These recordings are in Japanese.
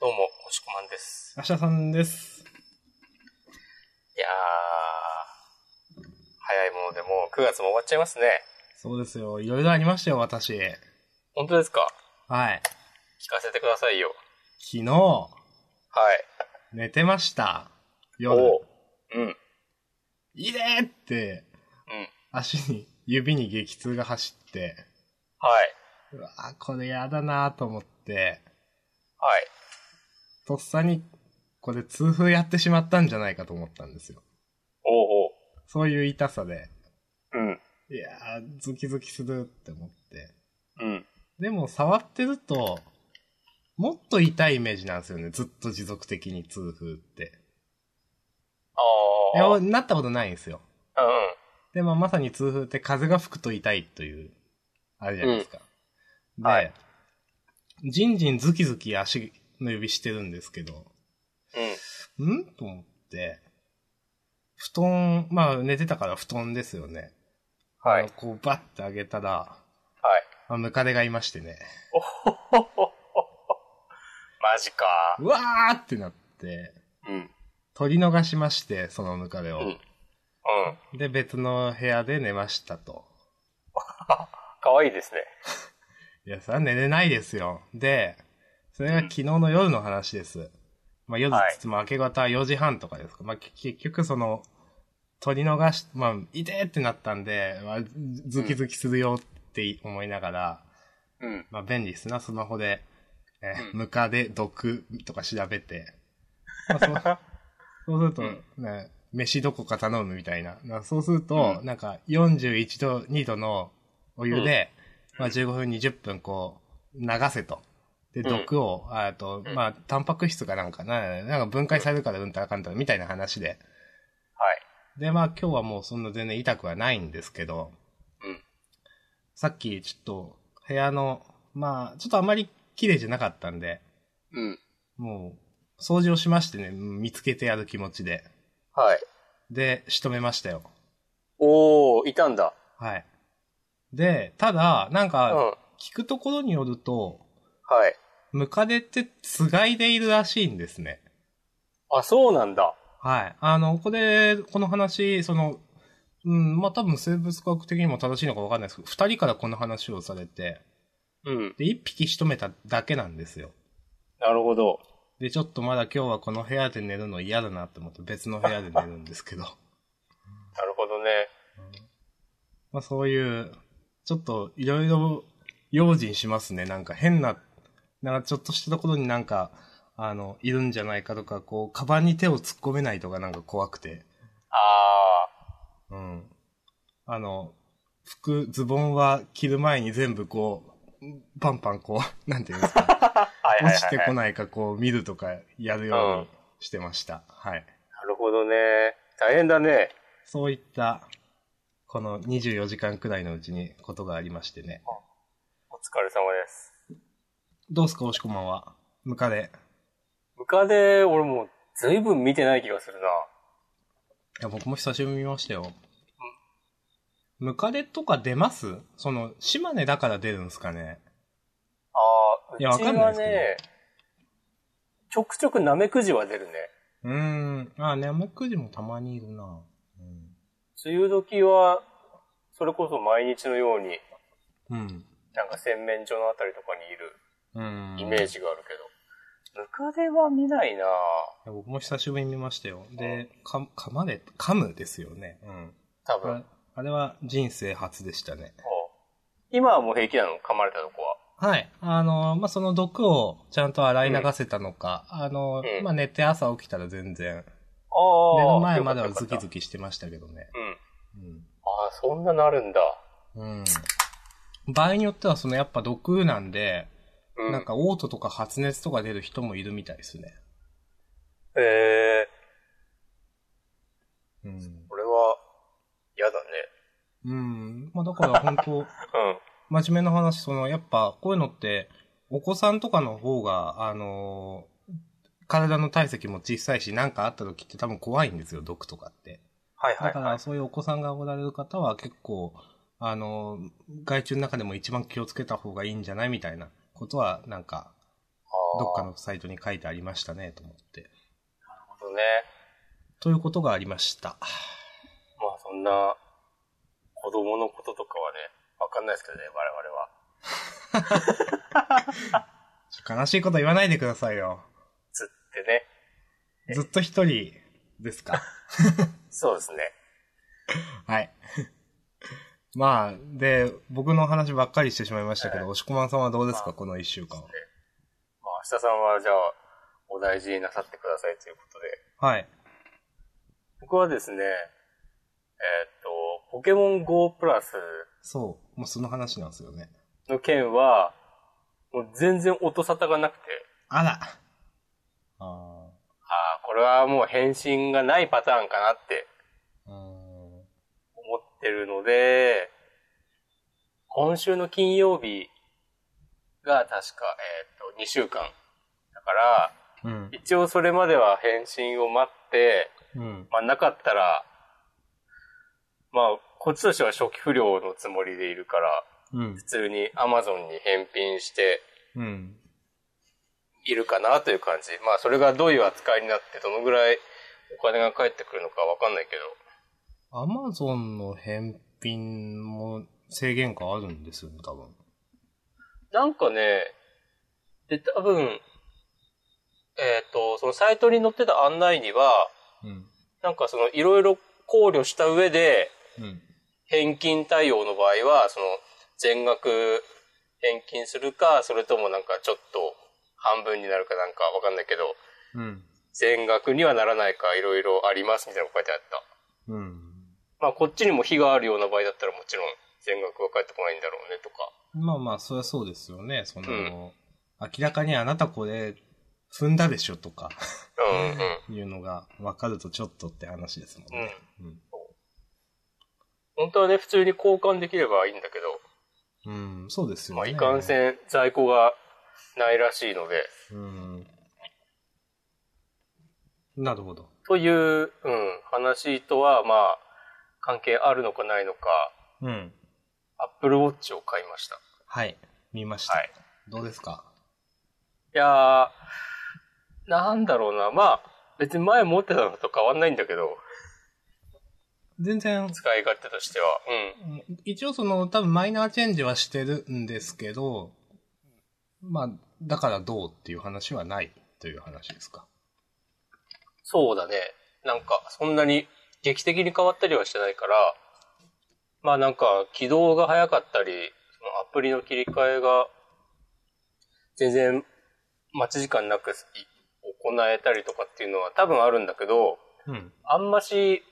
どうも、おしこまんです。アシャさんです。いやー、早いものでもう9月も終わっちゃいますね。そうですよ。いろいろありましたよ、私。本当ですかはい。聞かせてくださいよ。昨日、はい。寝てました。お夜う。うん。いいねって、うん。足に、指に激痛が走って、はい。うわーこれやだなーと思って、はい。とっさに、これ痛風やってしまったんじゃないかと思ったんですよ。おうおう。そういう痛さで、うん。いやー、ズキズキするって思って。うん。でも、触ってると、もっと痛いイメージなんですよね。ずっと持続的に痛風って。いあや、ー。俺なったことないんですよ。うん。で、まあ、まさに痛風って風が吹くと痛いという、あれじゃないですか。で、はいじんじんズキズキ足の指してるんですけど、うん。んと思って、布団、まあ寝てたから布団ですよね。はいあの。こうバッて上げたら、はい。まあ、ムカデがいましてね。マジか。うわーってなって、うん。うん。取り逃しまして、そのムカデを。うん。で、別の部屋で寝ましたと。かわいいですね。いや、それは寝れないですよ。で、それが昨日の夜の話です。まあ夜はいつっても明け方4時半とかですか。まあけ結局その、取り逃し、まあ、いてーってなったんで、まあ、ズキズキするよって思いながら、うん。まあ便利ですな、スマホで、えーうんムカデ、毒とか調べて、まあそうそうすると、ね、飯どこか頼むみたいな。なそうすると、うなんか41度、2度のお湯で、まあ15分、20分こう、流せと。で、うん毒を、あと、うんまあ、タンパク質かなんかな、なんか分解されるからうんたらかんたらみたいな話で。はい。で、まあ今日はもうそんな全然痛くはないんですけど、うん。さっきちょっと部屋の、まあ、ちょっとあまり綺麗じゃなかったんで、うん。もう、掃除をしましてね、見つけてやる気持ちで。はい。で、仕留めましたよ。おー、いたんだ。はい。で、ただ、なんうん。か、は聞くところによると、い。ムカデってつがいでいるらしいんですね。あ、そうなんだ。はい。あの、これ、この話、その、うん、まあ、多分生物学的にも正しいのかわかんないですけど、二人からこの話をされて、うん。で、一匹仕留めただけなんですよ。なるほど。で、ちょっとまだ今日はこの部屋で寝るの嫌だなって思って別の部屋で寝るんですけど。 なるほどね。まあそういう、ちょっといろいろ用心しますね。なんか変な、なんかちょっとしたところになんか、あの、いるんじゃないかとか、こう、カバンに手を突っ込めないとかなんか怖くて。あうん。あの、服、ズボンは着る前に全部こう、パンパンこう、 なんていうんですか、ー。はいはいは落い、ちはい。てこないかこう見るとかやるようにしてました。はい。なるほどね。大変だね。そういった、この24時間くらいのうちにことがありましてね。お疲れ様です。どうすか、おしこまんは。ムカデ。ムカデ、俺もう随分見てない気がするな。いや、僕も久しぶりに見ましたよ。ムカデとか出ますその、島根だから出るんすかねああ、いやうちわかんないはですけどね、ちょくちょくナメクジは出るね。うーん。あ、ね、ムクジもたまにいるな。うん。梅雨時は、それこそ毎日のように、うん。なんか洗面所のあたりとかにいるうん。イメーいジがあるけど。ムカデは見ないなや僕も久しぶりに見ましたよ。で、か、噛まれ、噛むですよね。うん。多あ分れ。あれは人生初でしたね。今はもう平気なの噛まれたとこは。はい。あの、まあ、その毒をちゃんと洗い流せたのか、あうの、んまあ、寝て朝起きたら全あ然、あ。寝る前まではよかズったキよかズっキしてましたけどね。たうん。うん。ああ、そんななるんだ。うん。場合によっては、そのやっぱ毒なんで、うん。なんか嘔吐とか発熱とか出る人もいるみたいですね。ええうん。これは、嫌だね。うん。まあだから本当うん。真面目な話、そのやっぱこういうのって、お子さんとかの方が、あのー体の体積も小さいし、なんかあった時って多分怖いんですよ、毒とかって。はいはだいかはいら。そういうお子さんがおられる方は結構、あのー害虫の中でも一番気をつけた方がいいんじゃないみたいなことは、なんか、あーどっかのサイトに書いてありましたね、と思って。なるほどね。ということがありました。まあそんな、子供のこととかはね、わかんないですけどね、我々は。ちょ悲しいこと言わないでくださいよ。つってね。ずっと一人です か。そうですね。はい。 まあ、で、僕の話ばっかりしてしまいましたけど、は押し込まんさんはどうですまか、この一週間。まあ明日さんはじゃあ、お大事になさってくださいということで。はい。僕はですね、えーっと、ポケモン GO プラスそう。もうその話なんですよね。の件は、もう全然音沙汰がなくて、あら。あああ、これはもう返信がないパターンかなってーうーん。思ってるので、今週の金曜日が確か、えーっと、2週間。だから、うん。一応それまでは返信を待って、うん。まあなかったら、まあ、こっちとしては初期不良のつもりでいるから、うん普。通に Amazon に返品してうん。いるかなという感じ。まあ、それがどういう扱いになって、どのぐらいお金が返ってくるのかわかんないけど。アマゾンの返品も制限があるんですよね、多分。なんかね、で、多分、えっ、と、そのサイトに載ってた案内には、うん。なんかその、いろいろ考慮した上で、うん。返金対応の場合は、その、全額返金するか、それともなんかちょっと半分になるかなんかわかんないけど、うん。全額にはならないかいろいろありますみたいなの書いてあった。うん。まあこっちにも火があるような場合だったらもちろん全額は返ってこないんだろうねとか。まあまあ、そりゃそうですよね。その、明らかにあなたこれ踏んだでしょとか うんうん。いうのが分かるとちょっとって話ですもんね。うん。本当はね、普通に交換できればいいんだけど、うん、そうですよね。まあいかんせん在庫がないらしいので、うん。なるほど。という、うん、話とはまあ関係あるのかないのか、うん。 Apple Watch を買いました。はい。見ました。はいどうですかいやー、なんだろうな。まあ、別に前持ってたのと変わんないんだけど、全然、使い勝手としては。うん。一応その、多分マイナーチェンジはしてるんですけど、まあ、だからどうっていう話はないという話ですか。そうだね。なんか、そんなに劇的に変わったりはしてないから、まあなんか、起動が早かったり、そのアプリの切り替えが、全然待ち時間なくい行えたりとかっていうのは多分あるんだけど、うん。あんまし、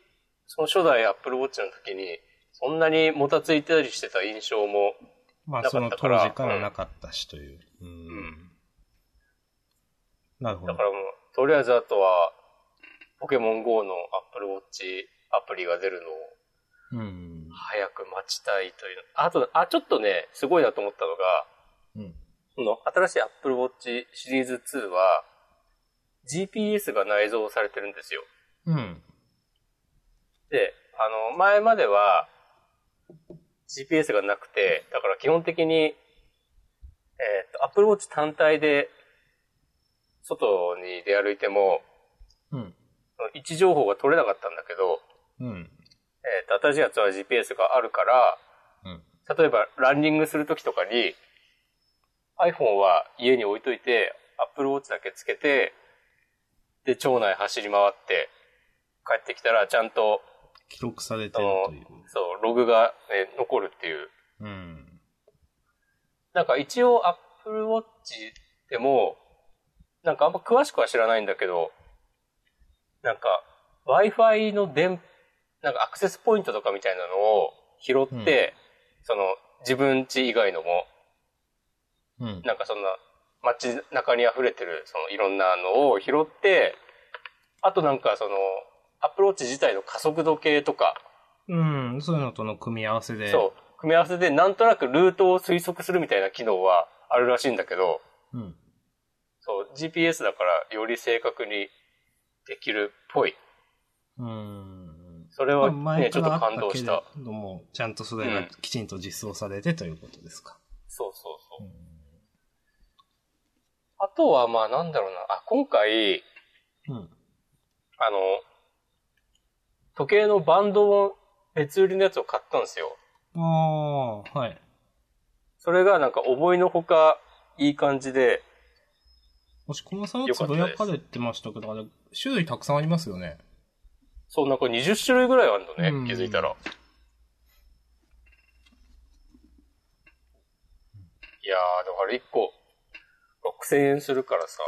その初代 Apple Watch の時に、そんなにもたついてたりしてた印象もまあ、なそかのった当から時からなかったしという。うん。んなるほだどか。らもう、とりあえずあとは、ポケモン GO の Apple Watch アプリが出るのをうん。早く待ちたいという。あと、あ、ちょっとね、すごいなと思ったのが、うん。この新しい Apple Watch シリーズ2は、GPS が内蔵されてるんですよ。うん。で、あの、前までは、GPS がなくて、だから基本的に、えっ、と、Apple Watch 単体で、外に出歩いても、うん。位置情報が取れなかったんだけど、うん。えっ、と、新しいやつは GPS があるから、うん。例えばランニングするときとかに、iPhone は家に置いといて、Apple Watch だけつけて、で、町内走り回って、帰ってきたらちゃんと、記録されてそるのという。、そう、ログが、ね、残るっていう。うん。なんか一応 Apple Watch でも、なんかあんま詳しくは知らないんだけど、なんか Wi-Fi の電、なんかアクセスポイントとかみたいなのを拾って、その自分家以外のも、うん。なんかそんな街中に溢れてる、そのいろんなのを拾って、あとなんかその Apple Watch 自体の加速度計とか、うん。そういうのとの組み合わせで。そう、組み合わせでなんとなくルートを推測するみたいな機能はあるらしいんだけど、う。うん。そう、GPS だからより正確にできるっぽい。うん。それまはあね、ちょっと感動しあたっ。けれども、ちゃんとそれがきちんと実装されてということですか。そうそうそう。あとは、まあなんだろうな。あ、今回、うん。あの、時計のバンドを別売りのやつを買ったんですよ。ああー、はい。それがなんか思いのほかいい感じで、押し込まさんはつぶやかれてましたけど、あれ、種類たくさんありますよね。そう、なんか20種類ぐらいあるのね、うん気づいたら。いやー、だから1個6000円するからさ、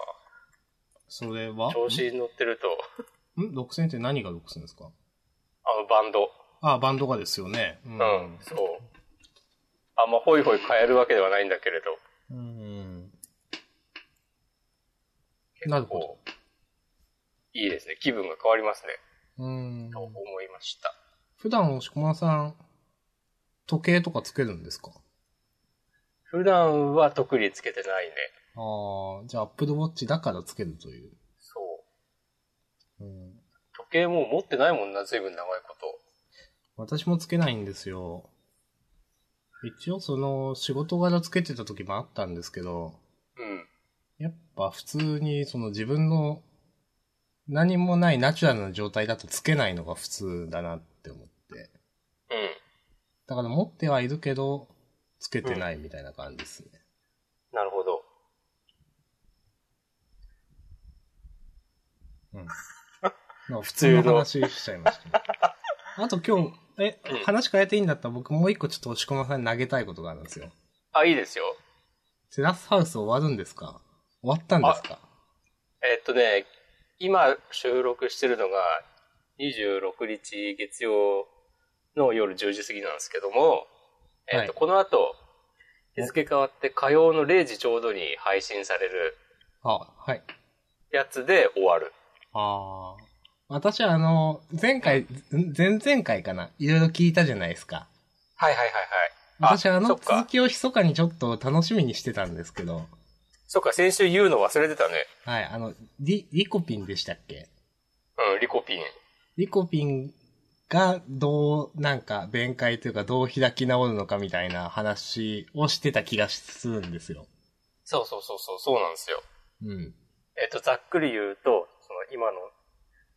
それは調子に乗ってると、ん ?6000 って何が6000ですかあのバンド、ああ、バンドがですよね。ううん、そう。あんまホイホイ買えるわけではないんだけれど。うん。結構なるほど。いいですね。気分が変わりますね。うんと。思いました。普段押し込まさん、時計とかつけるんですか普段は特につけてないね。ああ、じゃあ Apple Watch だからつけるという。そう。うん。時計もう持ってないもんな、随分長いこと。私もつけないんですよ。一応その仕事柄つけてた時もあったんですけど、うん。やっぱ普通にその自分の何もないナチュラルな状態だとつけないのが普通だなって思って。うん。だから持ってはいるけど、つけてないみたいな感じですね。なるほど。うん。なんか普通の話しちゃいました、ね。あと今日、えうん、話変えていいんだったら僕もう一個ちょっと押し込まさんに投げたいことがあるんですよ。あ、いいですよ。テラスハウス終わるんですか終わったんですかえっとね、今収録してるのが26日月曜の夜10時過ぎなんですけども、えっと、はいこの後、日付変わって火曜の0時ちょうどに配信されるあ、はい。やつで終わる。ああ。私はあの、前回、前々回かな、いろいろ聞いたじゃないですか。はいはいはいはい。私あそのっか続きを密かにちょっと楽しみにしてたんですけど、そっか、先週言うの忘れてたね。はい、あの、リ、リコピンでしたっけうん、リコピン。リコピンがどう、なんか、弁解というかどう開き直るのかみたいな話をしてた気がするんですよ。そうそうそうそう、そうなんですよ。うん。えっと、ざっくり言うと、その今の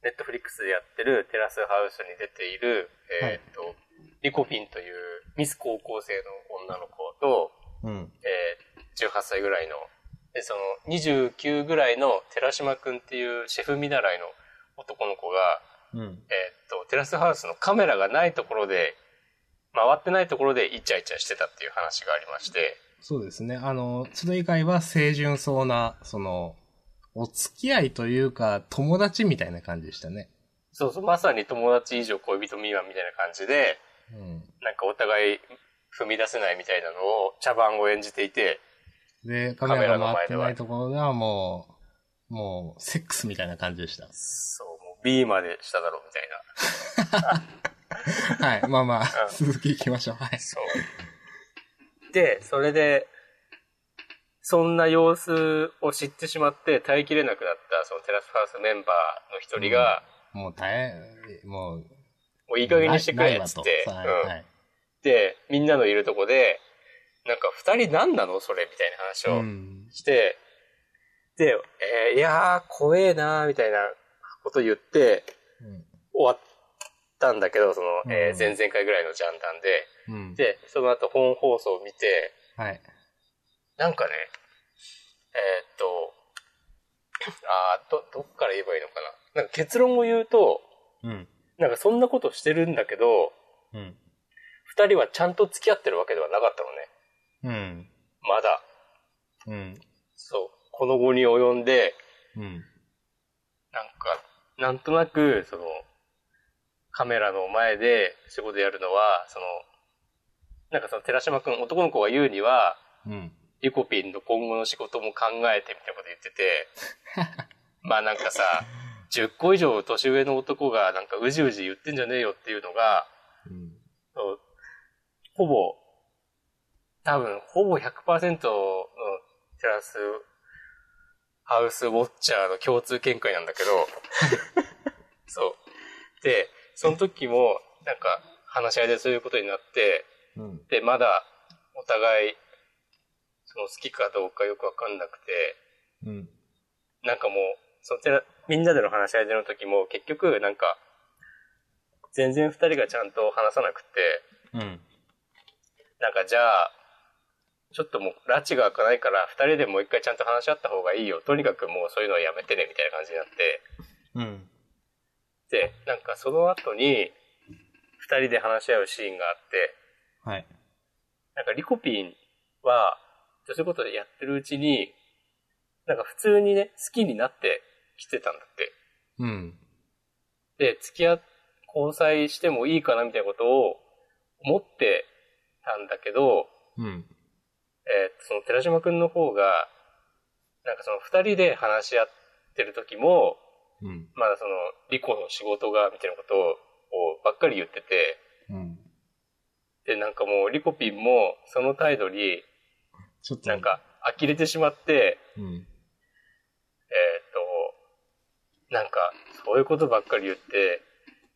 ネットフリックスでやってるテラスハウスに出ている、えーっと、リコピンというミス高校生の女の子と、うん。えー18歳ぐらいの、で、その29ぐらいの寺島くんっていうシェフ見習いの男の子が、うん。えーっと、テラスハウスのカメラがないところで、回ってないところでイチャイチャしてたっていう話がありまして、そうですね。あの、それ以外は清純そうな、その、お付き合いというか、友達みたいな感じでしたね。そうそう、まさに友達以上恋人未満みたいな感じで、うん。なんかお互い踏み出せないみたいなのを茶番を演じていて、で、カメメララのが前で回ってはないところではもう、もう、セックスみたいな感じでした。そう、もう B までしただろうみたいな。はい。まあまあう、ん続き行きましょう。はい。そう。 で、それで、そんな様子を知ってしまって耐えきれなくなった、そのテラスハウスメンバーの一人が、もう大変、もう、もういい加減にしてくれっつって、ないわとうんはいはいで、みんなのいるとこで、なんか二人何なのそれみたいな話を、うんして、で、えーいやー、怖えなー、みたいなこと言って、うん終わったんだけど、その、えーうん前々回ぐらいのジャンダンで、うん。で、その後本放送を見て、はい。なんかね、えーっと、あーど、どっから言えばいいのかな。なんか結論を言うと、うん。なんかそんなことしてるんだけど、うん。二人はちゃんと付き合ってるわけではなかったのね。うん。まだ。うん。そう。この後に及んで、うん。なんか、なんとなく、その、カメラの前で仕事やるのは、その、なんかその寺島くん、男の子が言うには、うん。リコピンの今後の仕事も考えてみたいなこと言ってて、まあなんかさ、10個以上年上の男がなんかうじうじ言ってんじゃねえよっていうのが、うん。そうほぼ、多分、ほぼ100%のテラスハウスウォッチャーの共通見解なんだけど、そう。で、その時も、なんか、話し合いでそういうことになって、うん。で、まだ、お互い、その好きかどうかよくわかんなくて、うん。なんかもう、そのテラ、みんなでの話し合いでの時も、結局、なんか、全然二人がちゃんと話さなくて、うん。なんかじゃあ、ちょっともう、拉致が開かないから、二人でもう一回ちゃんと話し合った方がいいよ。とにかくもうそういうのはやめてね、みたいな感じになって、うん。で、なんかその後に、二人で話し合うシーンがあって、はい。なんかリコピンは、そういうことでやってるうちに、なんか普通にね、好きになってきてたんだって。うん。で、付き合っ、交際してもいいかなみたいなことを思ってたんだけど、うん。えーその寺島くんの方が、なんかその二人で話し合ってる時も、うん。まだその、リコの仕事が、みたいなことをばっかり言ってて、うん。で、なんかもう、リコピンも、その態度に、ちょっと。なん。か、呆れてしまって、うん。えーっと、なんか、そういうことばっかり言って、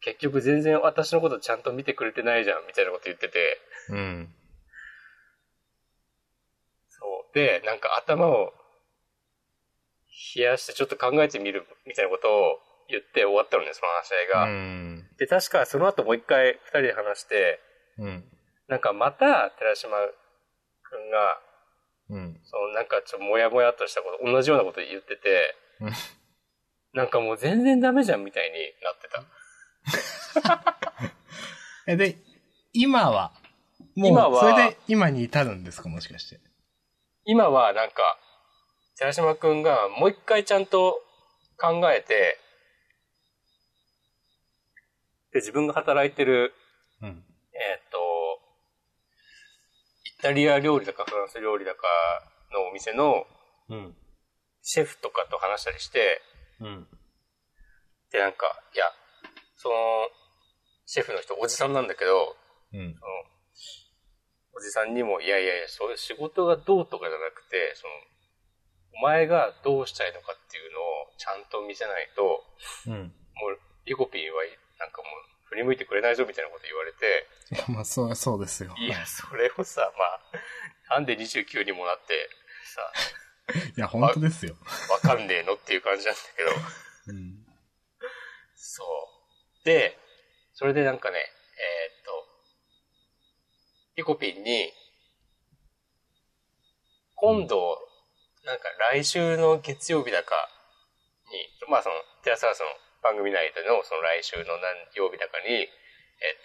結局全然私のことちゃんと見てくれてないじゃん、みたいなこと言ってて、うん。そう。で、なんか頭を冷やしてちょっと考えてみる、みたいなことを言って終わったのね、その話し合いが。うん。で、確かその後もう一回二人で話して、うん。なんかまた寺島くんが、うん。そのなんかちょっともやもやっとしたこと、同じようなこと言っててうん、なんかもう全然ダメじゃんみたいになってた。え、で、今は、もう、今はそれで今に至るんですか、もしかして。今はなんか、寺島くんがもう一回ちゃんと考えて、で、自分が働いてる、うん。えっ、と、イタリア料理だかフランス料理だかのお店のうん。シェフとかと話したりして、うん。で、なんか、いや、その、シェフの人、おじさんなんだけど、うん。おじさんにも、いやいやいや、そういう仕事がどうとかじゃなくて、その、お前がどうしたいのかっていうのをちゃんと見せないと、うん。もう、リコピーは、なんかもう、振り向いてくれないぞみたいなこと言われて、いや、まあ、そう、そうですよ。いや、それをさ、まあ、なんで29にもなって、いや、本当ですよ。さ、わかんねえのっていう感じなんだけど、うん。そう。で、それでなんかね、えーっと、リコピンに、今度、なんか来週の月曜日だかに、まあその、テラスハウスの番組内でのその来週の何曜日だかに、えーっ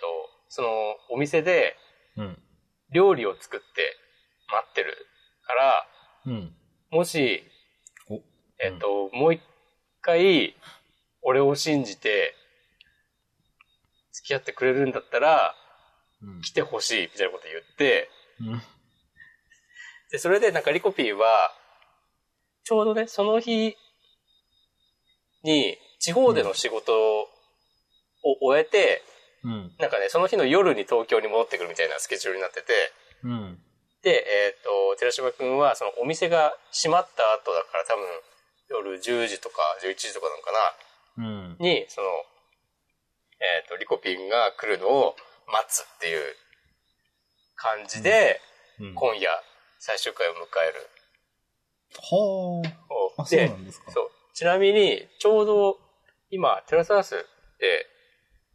と、そのお店でうん。料理を作って待ってるから、うん。もし、お。えっと、もう一回、俺を信じて、付き合ってくれるんだったら、うん。来てほしい、みたいなこと言って、うん。で、それでなんかリコピーは、ちょうどね、その日に、地方での仕事を終えて、うん。なんかね、その日の夜に東京に戻ってくるみたいなスケジュールになってて、うん。で、えっ、と、寺島くんは、そのお店が閉まった後だから多分、夜10時とか11時とかなのかな、うん。に、その、えっ、と、リコピンが来るのを待つっていう感じで、うん。今夜、最終回を迎える。ほー。あ、そうでなんですか。そう。ちなみに、ちょうど、今、テラスハウスって、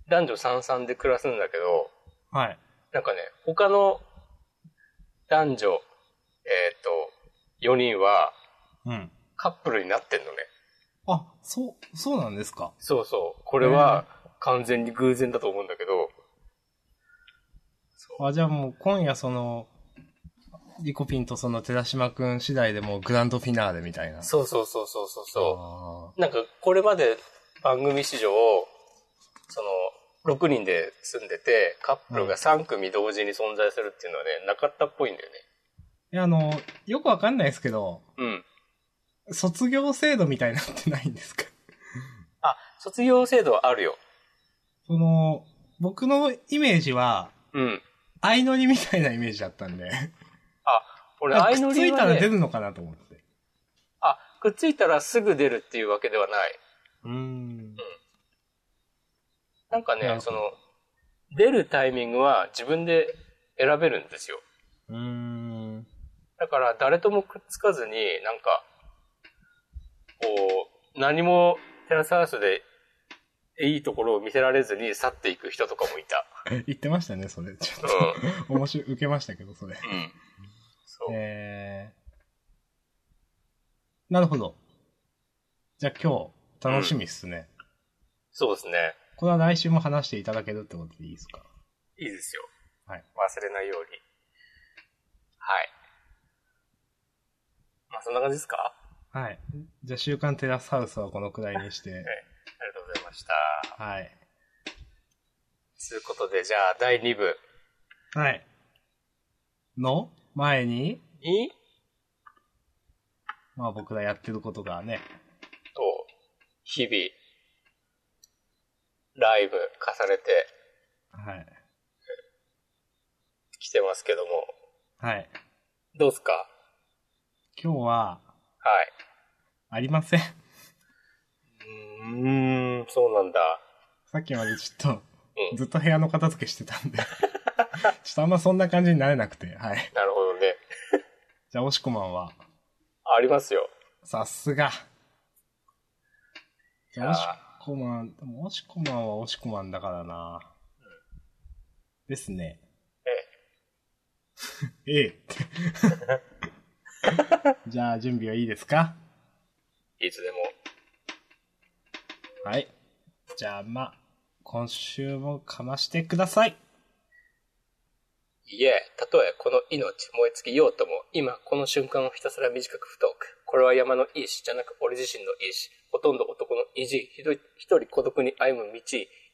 男女三々で暮らすんだけど、はい。なんかね、他の男女、えっ、と、4人はうん。カップルになってんのね。あ、そう、そうなんですか。そうそう。これは完全に偶然だと思うんだけど、あ、じゃあもう今夜その、リコピンとその寺島くん次第でもうグランドフィナーレみたいな。そうそうそうそうそうそう。あなんか、これまで番組史上、その、6人で住んでて、カップルが3組同時に存在するっていうのはね、なかったっぽいんだよね。ー。いや、あの、よくわかんないですけど、うん。卒業制度みたいなのってないんですかあ、卒業制度はあるよ。その、僕のイメージは、うん。相乗りみたいなイメージだったんで。俺、あ相乗りくっついたは、ら出ね、るのかなと思って。あ、くっついたらすぐ出るっていうわけではない。うーん。なんかなねる、ほそどの、出るタイミングは自分で選べるんですよ。うーん。だから、誰ともくっつかずに、なんか、こう、何もテラスハウスでいいところを見せられずに去っていく人とかもいた。言ってましたね、それ。ちょうっん。と、 面白い、受けましたけど、それ。うん。そう。えー、なるほど。じゃあ今日、楽しみっすね。そうですね。これは来週も話していただけるってことでいいですかいいですよ。はい。忘れないように。はい。まあ、そんな感じですかあはい。じゃあ週刊テラスハウスはこのくらいにして。りがとうございました。はい。ということで、じゃあ、第2部はい。の前に、に、まあ僕らやってることがね、と、日々、ライブ重ねてはい。きてますけども、はい。どうっすかは今日は、い。ありません。 うーん、そうなんだ。さっきまでちょっと、うんずっと部屋の片付けしてたんで、 ちょっとあんまそんな感じになれなくて、はい。なるほどね。じゃあ、おしこまんは、ありますよ。さすが。じゃあ、おいしやこまん、でもおしこまんはおしこまんだからな。ですね。 ええ。ええ。 じゃあ、準備はいいですかいつでも。はい。じゃあ、まあ、今週もかましてください。いえ、たとえこの命燃え尽きようとも、今この瞬間をひたすら短く太く。これは山のいいしじゃなく俺自身のいいし。ほとんど男の意地、ひどい、一人孤独に歩む道。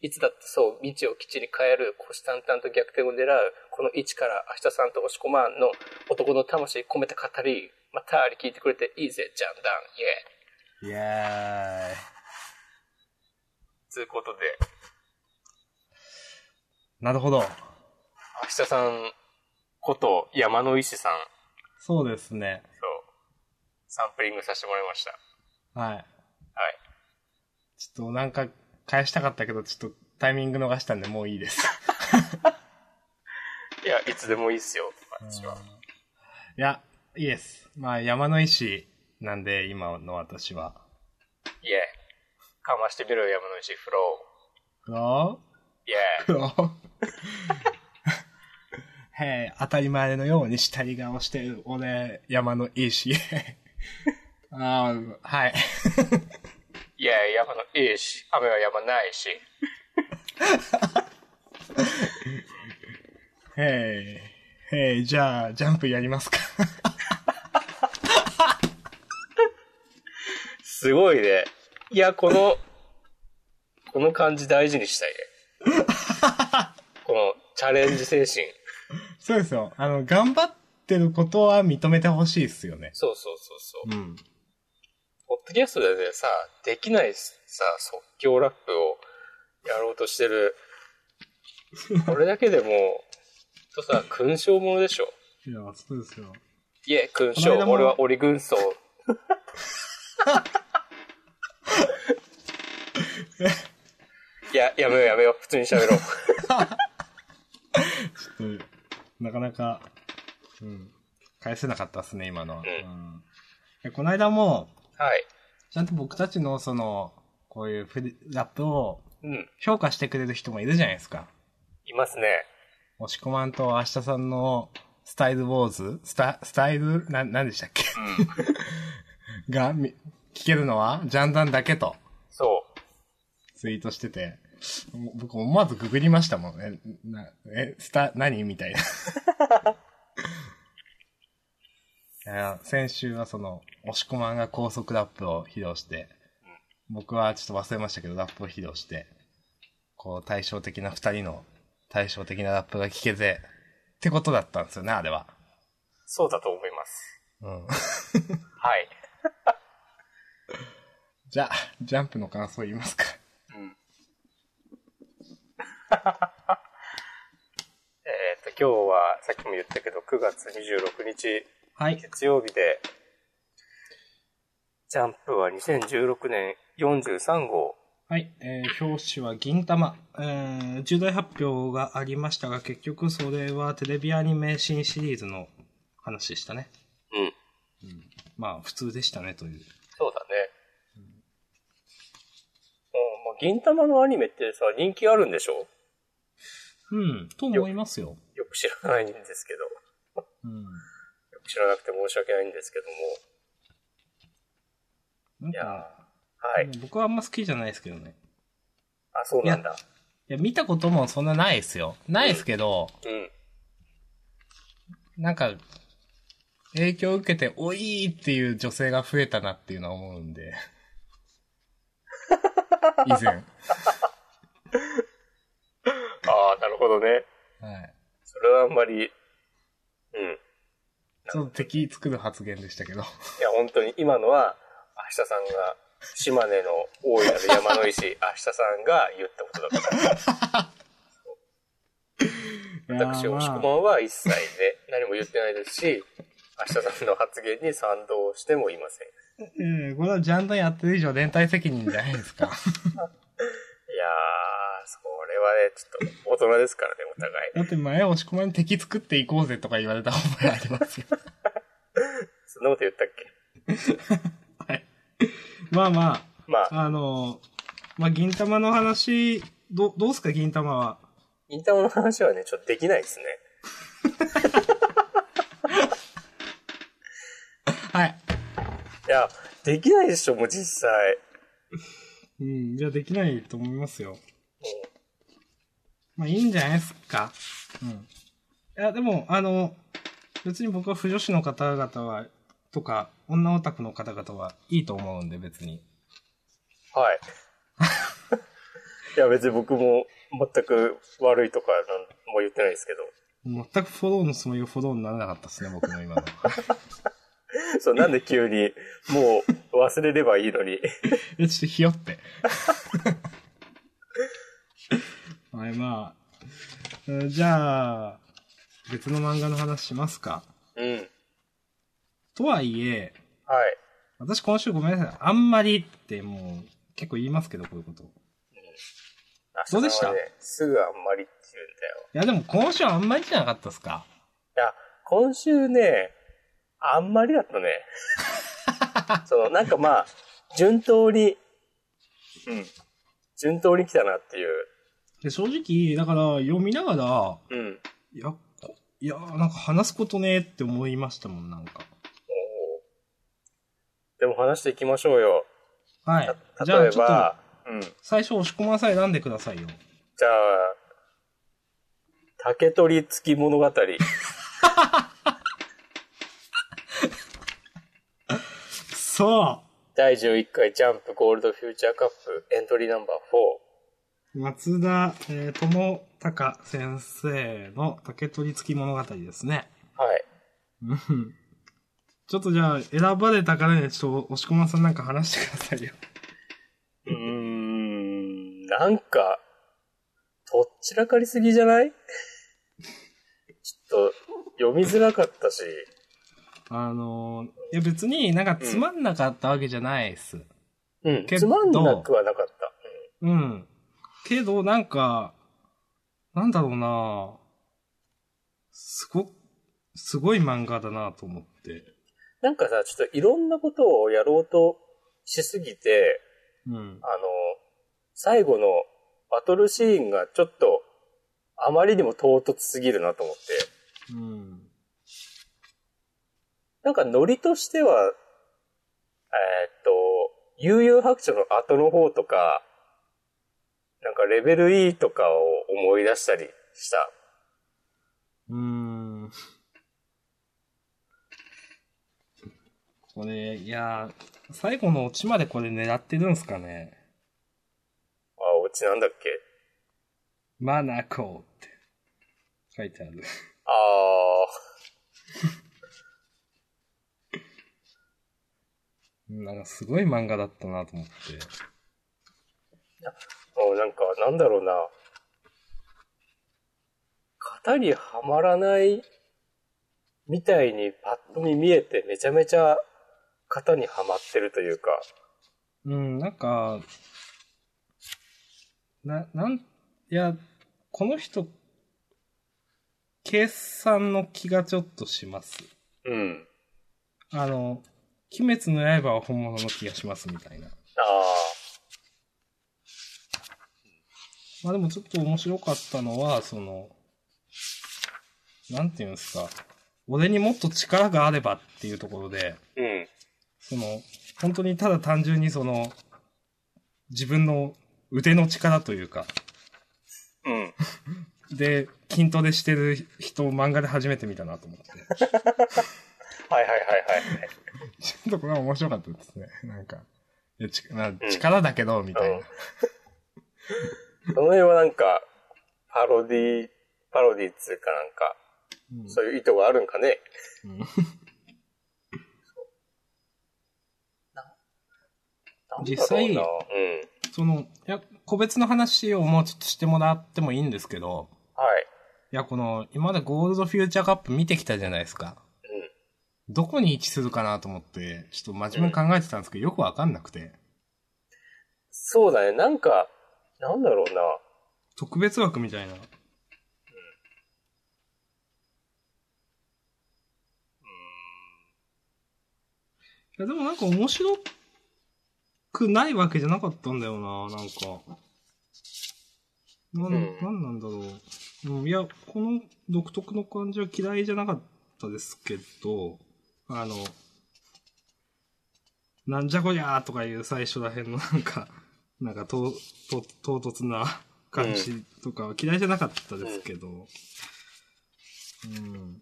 いつだってそう、道を基地に変える、腰淡々と逆転を狙う。この位置から明日さんと押し込まんの男の魂込めた語り。またあり聞いてくれていいぜ、ジャンダン。イエーイェーイ。ということで、なるほど。明日さんこと山の石さん、そうですね。そう、サンプリングさせてもらいました。はい。はい。ちょっとなんか返したかったけど、ちょっとタイミング逃したんでもういいです。いや、いつでもいいっすよ、私は。いや、いいです。まあ山の石なんで、今の私は。イエー。かましてみろよ、山の石、フロくろー。イエー。くろ へえ、当たり前のように下り顔してる俺、山の石。ああ、はい。 イエー、山のいいし、雨は山ないし。へえ、へえ、じゃあ、ジャンプやりますか。 すごいね。いや、この、この感じ大事にしたいね。 この、チャレンジ精神。そうですよ。あの、頑張ってることは認めてほしいですよね。そうそうそうそう。うん。ポッドキャストでねさ、できないさ、即興ラップをやろうとしてる。これだけでも、ほんとさ、勲章ものでしょ。いや、そうですよ。いえ、勲こ章の間、も俺はオリ軍 曹。いや、やめようやめよう、普通に喋ろう。ちょっと、なかなか、うん、返せなかったっすね、今のは。うんうんでこの間も、はい。ちゃんと僕たちの、その、こういうフリラップをうん、評価してくれる人もいるじゃないですか。いますね。押し込まんと明日さんのスタイルウォーズスタ、スタイル、な、なんでしたっけ うん。が、み聞けるのは、ジャンダンだけとそう。ツイートしてて、もう僕思わずググりましたもんね。な、え、スタ、何みた いな。いや先週はその、押し込まんが高速ラップを披露して、僕はちょっと忘れましたけど、ラップを披露して、こう、対照的な二人の対照的なラップが聞けて、ってことだったんですよね、あれは。そうだと思います。うん。はい。 じゃあ、ジャンプの感想言いますか。うん。えっと、今日は、さっきも言ったけど、9月26日、はい。月曜日で、ジャンプは2016年43号。はい、えー表紙は銀玉、えー重大発表がありましたが、結局それはテレビアニメ新シリーズの話でしたね。うん。まあ、普通でしたねという。そうだね。あ、銀玉のアニメってさ、人気あるんでしょうん、と思いますよ。よく知らないんですけど。うん。よく知らなくて申し訳ないんですけども。なんいやーか、はい。僕はあんま好きじゃないですけどね。あ、そうなんだ。いや、見たこともそんなないですよ。ないですけど、うん。なんか、影響を受けて、おいーっていう女性が増えたなっていうのは思うん で。以前。ああ、なるほどね。はい。それはあんまり、うん。ちょっと敵作る発言でしたけど。いや、本当に今のは、明日さんが、島根の大いなる山の石、明日さんが言ったことだから、私、押し込まんは一切で何も言ってないですし、明日さんの発言に賛同してもいません。うん、これはジャンダンやってる以上連帯責任じゃないですか。いやー、それはね、ちょっと大人ですからね、お互い。 だって前押し込まんに敵作っていこうぜとか言われた覚えありますよ。そんなこと言ったっけはい。まあまあ、まあ、あのーまあ、銀玉の話、ど、どうすか、銀玉は。インターの話はね、ちょっとできないですね。はい。いや、できないでしょ、もう実際。うん、いや、できないと思いますよ。まあ、いいんじゃないですか。うん。いや、でも、あの、別に僕は不女子の方々は、とか、女オタクの方々はいいと思うんで、別に。はい。 いや、別に僕も全く悪いとかなんも言ってないですけど。全くフォローのつもりがフォローにならなかったですね、僕の今の。そう、なんで急に、もう忘れればいいのに。 え、ちょっとひよって。 はい、まあ。うんじゃあ、別の漫画の話しますか。うん。とはいえ、はい。私今週ごめんなさい。あんまりってもう、結構言いますけど、こういうこと。いどうでした明日さんはねすぐあんまりって言うんだよ。や、でも今週あんまりじゃなかったですかいや、今週ね、あんまりだったね。 その、なんかまあ、順当に、うん。順当に来たなっていう。で正直、だから読みながら、うん。いや、こいや、なんか話すことねえって思いましたもん、なんか。おーでも話していきましょうよ。はいた。じゃ例あえちょっとば、、うん。じ最初押し込まんさん選んでくださいよ。ゃあ、竹取月物 語。そ第11回ジャンプゴールドフューチャーカップエントリーナンバーう松田、えー、友隆先生の竹取付き物語ですね。 4。はい。うんちょっとじゃあ、選ばれたからね、ちょっと、押し込まんさんなんか話してくださいよ。うーん、なんか、とっちらかりすぎじゃない ちょっと、読みづらかったし。あのーいや別になんかつまんなかったわけじゃないです。うん、けどつまんなくはなかった。うん。けどなんか、なんだろうなすご、すごい漫画だなと思って。なんかさ、ちょっといろんなことをやろうとしすぎて、うん。あの、最後のバトルシーンがちょっと、あまりにも唐突すぎるなと思って。うん。なんかノリとしては、えーっと、悠々白書の後の方とか、なんかレベル E とかを思い出したりした。うーん。これ、いやー、最後のオチまでこれ狙ってるんすかね。あ、オチなんだっけマナコって書いてある。あなんかすごい漫画だったなと思って。ー、もうなんかなんだろうな。型にはまらないみたいにパッと見見えてめちゃめちゃ型にはまってるというか。うん、なんか、な、なん、いや、この人、計算の気がちょっとします。うん。あの、鬼滅の刃は本物の気がしますみたいな。ああ。まあでもちょっと面白かったのは、その、なんていうんですか、俺にもっと力があればっていうところで、うん。その、本当にただ単純にその、自分の腕の力というか、うん。で、筋トレしてる人を漫画で初めて見たなと思って。はいはいはいはい。ちょっとこれは面白かったですね。なんか、いやちまあ、力だけど、みたいな。うんその辺はなんか、パロディ、パロディっつうかなんか、うんそういう意図があるんかね。うんなんだろうな実際うん。その、いや、個別の話をもうちょっとしてもらってもいいんですけど、はい。いや、この、今までゴールドフューチャーカップ見てきたじゃないですか。うん。どこに位置するかなと思って、ちょっと真面目に考えてたんですけど、よくわかんなくて。そうだね。なんか、なんだろうな。特別枠みたいな。いや、でもなんか面白くないわけじゃなかったんだよな、なんか。なん、うんなんなんだろう。うん、いや、この独特の感じは嫌いじゃなかったですけど、あの、なんじゃこりゃーとかいう最初らへんのなんか、なんかと、と、唐突な感じとかは嫌いじゃなかったですけど、うん。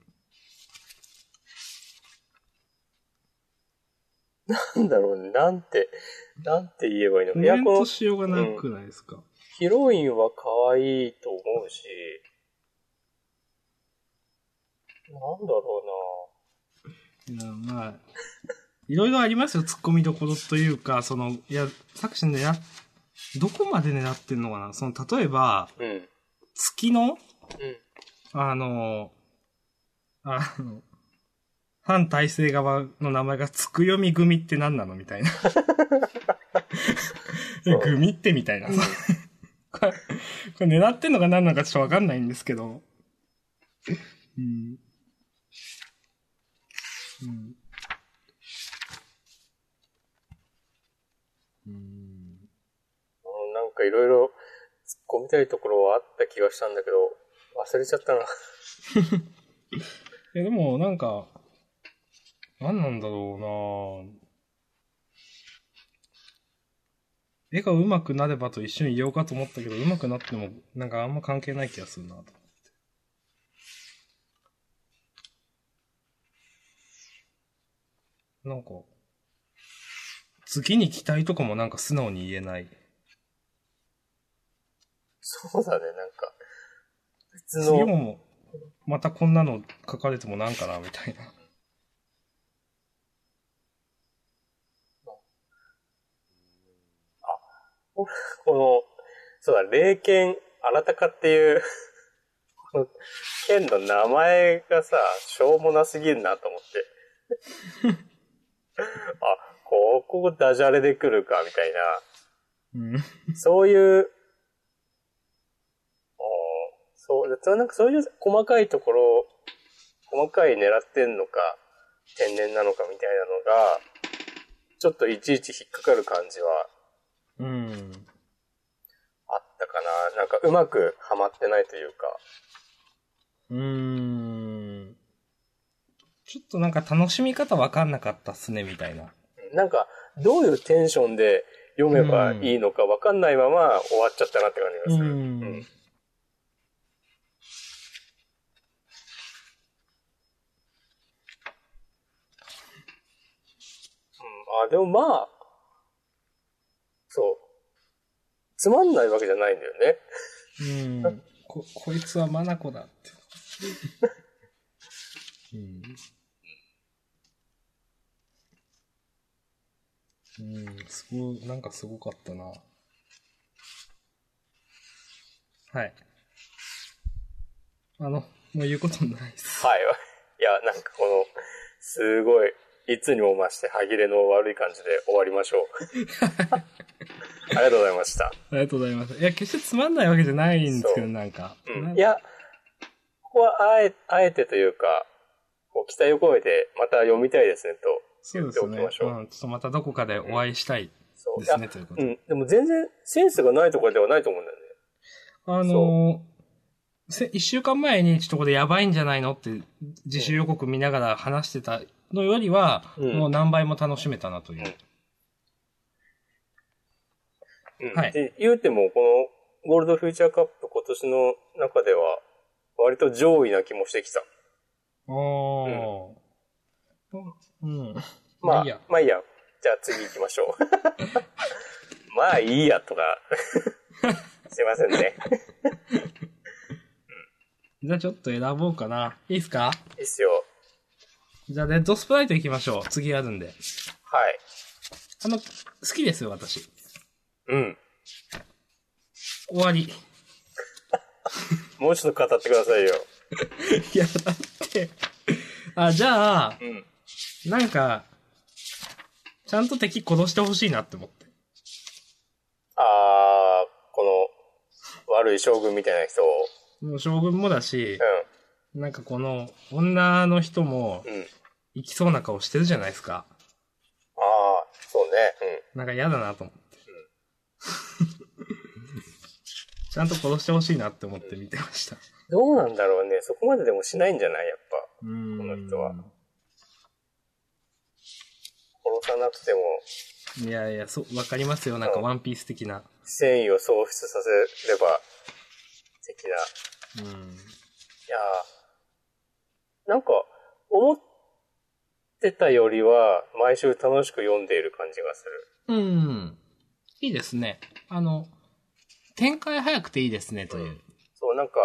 なんだろうね。なんて、なんて言えばいいのか。コいメや、ンこのトしようがなくないですか。ヒロインは可愛いと思うし、なんだろいや、まあ、いろいろありますよ、突っ込みどころというか、その、いや、作者狙っ、どこまで狙ってんのかなその、例えば、うな。う ん。月の、うん。あの、あの、反体制側の名前がつくよみ組って何なのみた いな。え、そう組ってみたいな。これ、これ狙ってんのか何なのかちょっとわかんないんですけど。うん。うん。うん。うんなんかいろいろ突っ込みたいところはあった気がしたんだけど、忘れちゃったな。 いや、でも、なんか、何なんだろうな絵が上手くなればと一緒にいようかと思ったけど、上手くなっても、なんかあんま関係ない気がするなと。なんか、次に期待とかもなんか素直に言えない。そうだね、なんか。別次の、も、またこんなの書かれてもなんかな、みたいな。この、そうだ、霊剣、あらたかっていう、この剣の名前がさ、しょうもなすぎるなと思って。 あ、ここダジャレで来るか、みたいな。うん。そういう、あーそう、そなんかそういう細かいところ、細かい狙ってんのか、天然なのかみたいなのが、ちょっといちいち引っかかる感じはうん。あったかな。なんかうまくはまってないというか。うーん。ちょっとなんか楽しみ方わかんなかったっすね、みたいな。なんか、どういうテンションで読めばいいのかわかんないまま終わっちゃったなって感じがする。うんうんうんあ、でもまあ、そう。つまんないわけじゃないんだよね。うん。こ、こいつはマナコだって。うん。うん、すごい、なんかすごかったな。はい。あの、もう言うことないっす。はい。 いや、なんかこの、すごい、いつにも増して歯切れの悪い感じで終わりましょう。 ありがとうございました。ありがとうございます。いや、決してつまんないわけじゃないんですけど、そうなんか。う、なんいや、ここはあえあえてというか、こう期待を込めて、また読みたいですねとそ言っうでてすおきね。ましょう。うん、ちょっとまたどこかでお会いしたいそうでいやすね、というこうとで。ん、でも全然センスがないところではないと思うんだよね。あのー、せ一週間前にちょっとこれやばいんじゃないのって自主予告見ながら話してたのよりは、うんもう何倍も楽しめたなという。うんはいで言うても、このゴールドフューチャーカップ今年の中では、割と上位な気もしてきた。おー。うん。まあ、いいや。まあいいや。じゃあ次行きましょう。 まあいいやとか。すいませんね。じゃあちょっと選ぼうかな。いいっすかいいっすよ。じゃあレッドスプライト行きましょう。次あるんで。はい。あの、好きですよ、私。うん。終わり。もうちょっと語ってくださいよ。いや、だって。 あ、じゃあ、うん。なんか、ちゃんと敵殺してほしいなって思って。あー、この、悪い将軍みたいな人を。もう将軍もだし、なんかこの女の人もうん。うん。生きそうな顔してるじゃないですか。あー、そうね。なんか嫌だなと思って。ちゃんと殺してほしいなって思って見てました。うん。どうなんだろうね。そこまででもしないんじゃないやっぱ。このの人は。殺さなくても、いやいや、そう、わかりますよ。なんかワンピース的な。戦意を喪失させれば、的な。うん。いやーなんか、思ってたよりは、毎週楽しく読んでいる感じがすうん。いいですね。あの、展開早くていいですね、という。る。そう、なんか、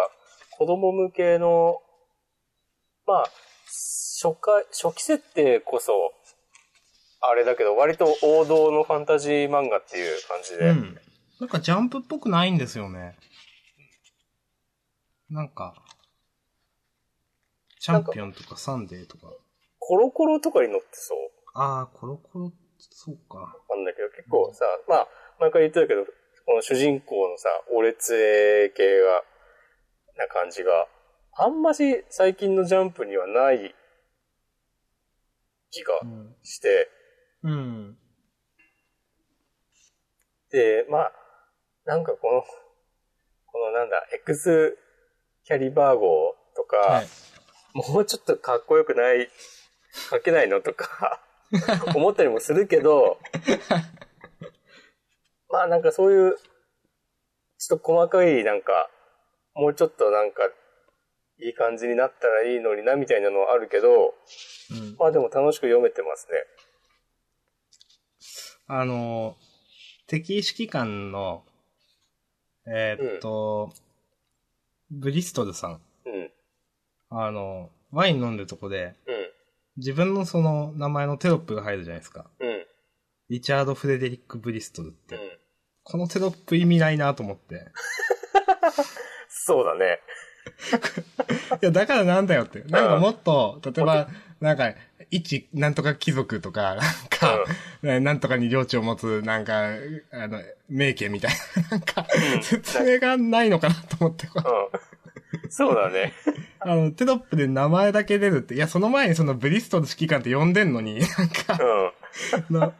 子供向けの、まあ、初回、初期設定こそ、あれだけど、割と王道のファンタジー漫画っていう感じで、うん。なんかジャンプっぽくないんですよね。なんか、チャンピオンとかサンデーとか。コロコロとかに載ってそう。ああ、コロコロ、そうか。なんだけど、結構さ、まあ、毎回言ってたけど、この主人公のさ、オレツエ系が、な感じが、あんまし最近のジャンプにはない気がん。して、うん。で、まあ、なんかこの、このなんだ、エクスキャリバー号とか、はい。もうちょっとかっこよくない、書けないのとか、思ったりもするけど、まあなんかそういう、ちょっと細かいなんか、もうちょっとなんか、いい感じになったらいいのにな、みたいなのはあるけど、うん、まあでも楽しく読めてますね。あの、敵指揮官の、えーっと、ブリストルさん。うん、あの、ワイン飲んでるとこで、うん、自分のその名前のテロップが入るじゃないですか。うん、リチャード・フレデリック・ブリストルうって。ん。このテロップ意味ないなと思って。そうだね。いや、だからなんだよって。なんかもっと、例えば、なんか、一、なんとか貴族とか、なん か、ねなんとかに領地を持つ、なんか、あの、名家みたいな、 なんか、うん説明がないのかなと思って。 うん。そうだね。あの、テロップで名前だけ出るって、いや、その前にそのブリストル指揮官って呼んでんのに、 なんかう、ん。あの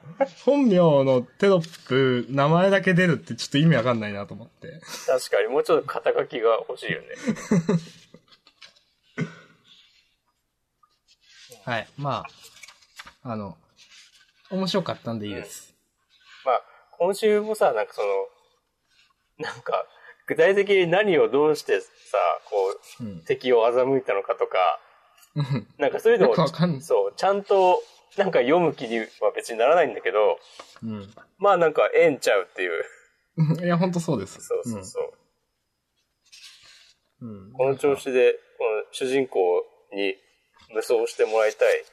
本名のテロップ、名前だけ出るってちょっと意味わかんないなと思って。確かに、もうちょっと肩書きが欲しいよね。はい。まあ、あの、面白かったんでいいです。まあ、今週もさ、なんかその、なんか、具体的に何をどうしてさ、こう、。うん敵を欺いたのかとか、うんなんかそういうのよをく、わかんない。そう、ちゃんと、なんか読む気には別にならないんだけど、うん。まあなんか、ええんちゃうっていう。いや、ほんとそうです。そうそうそう。うん。うん。この調子で、この主人公に無双してもらいたい。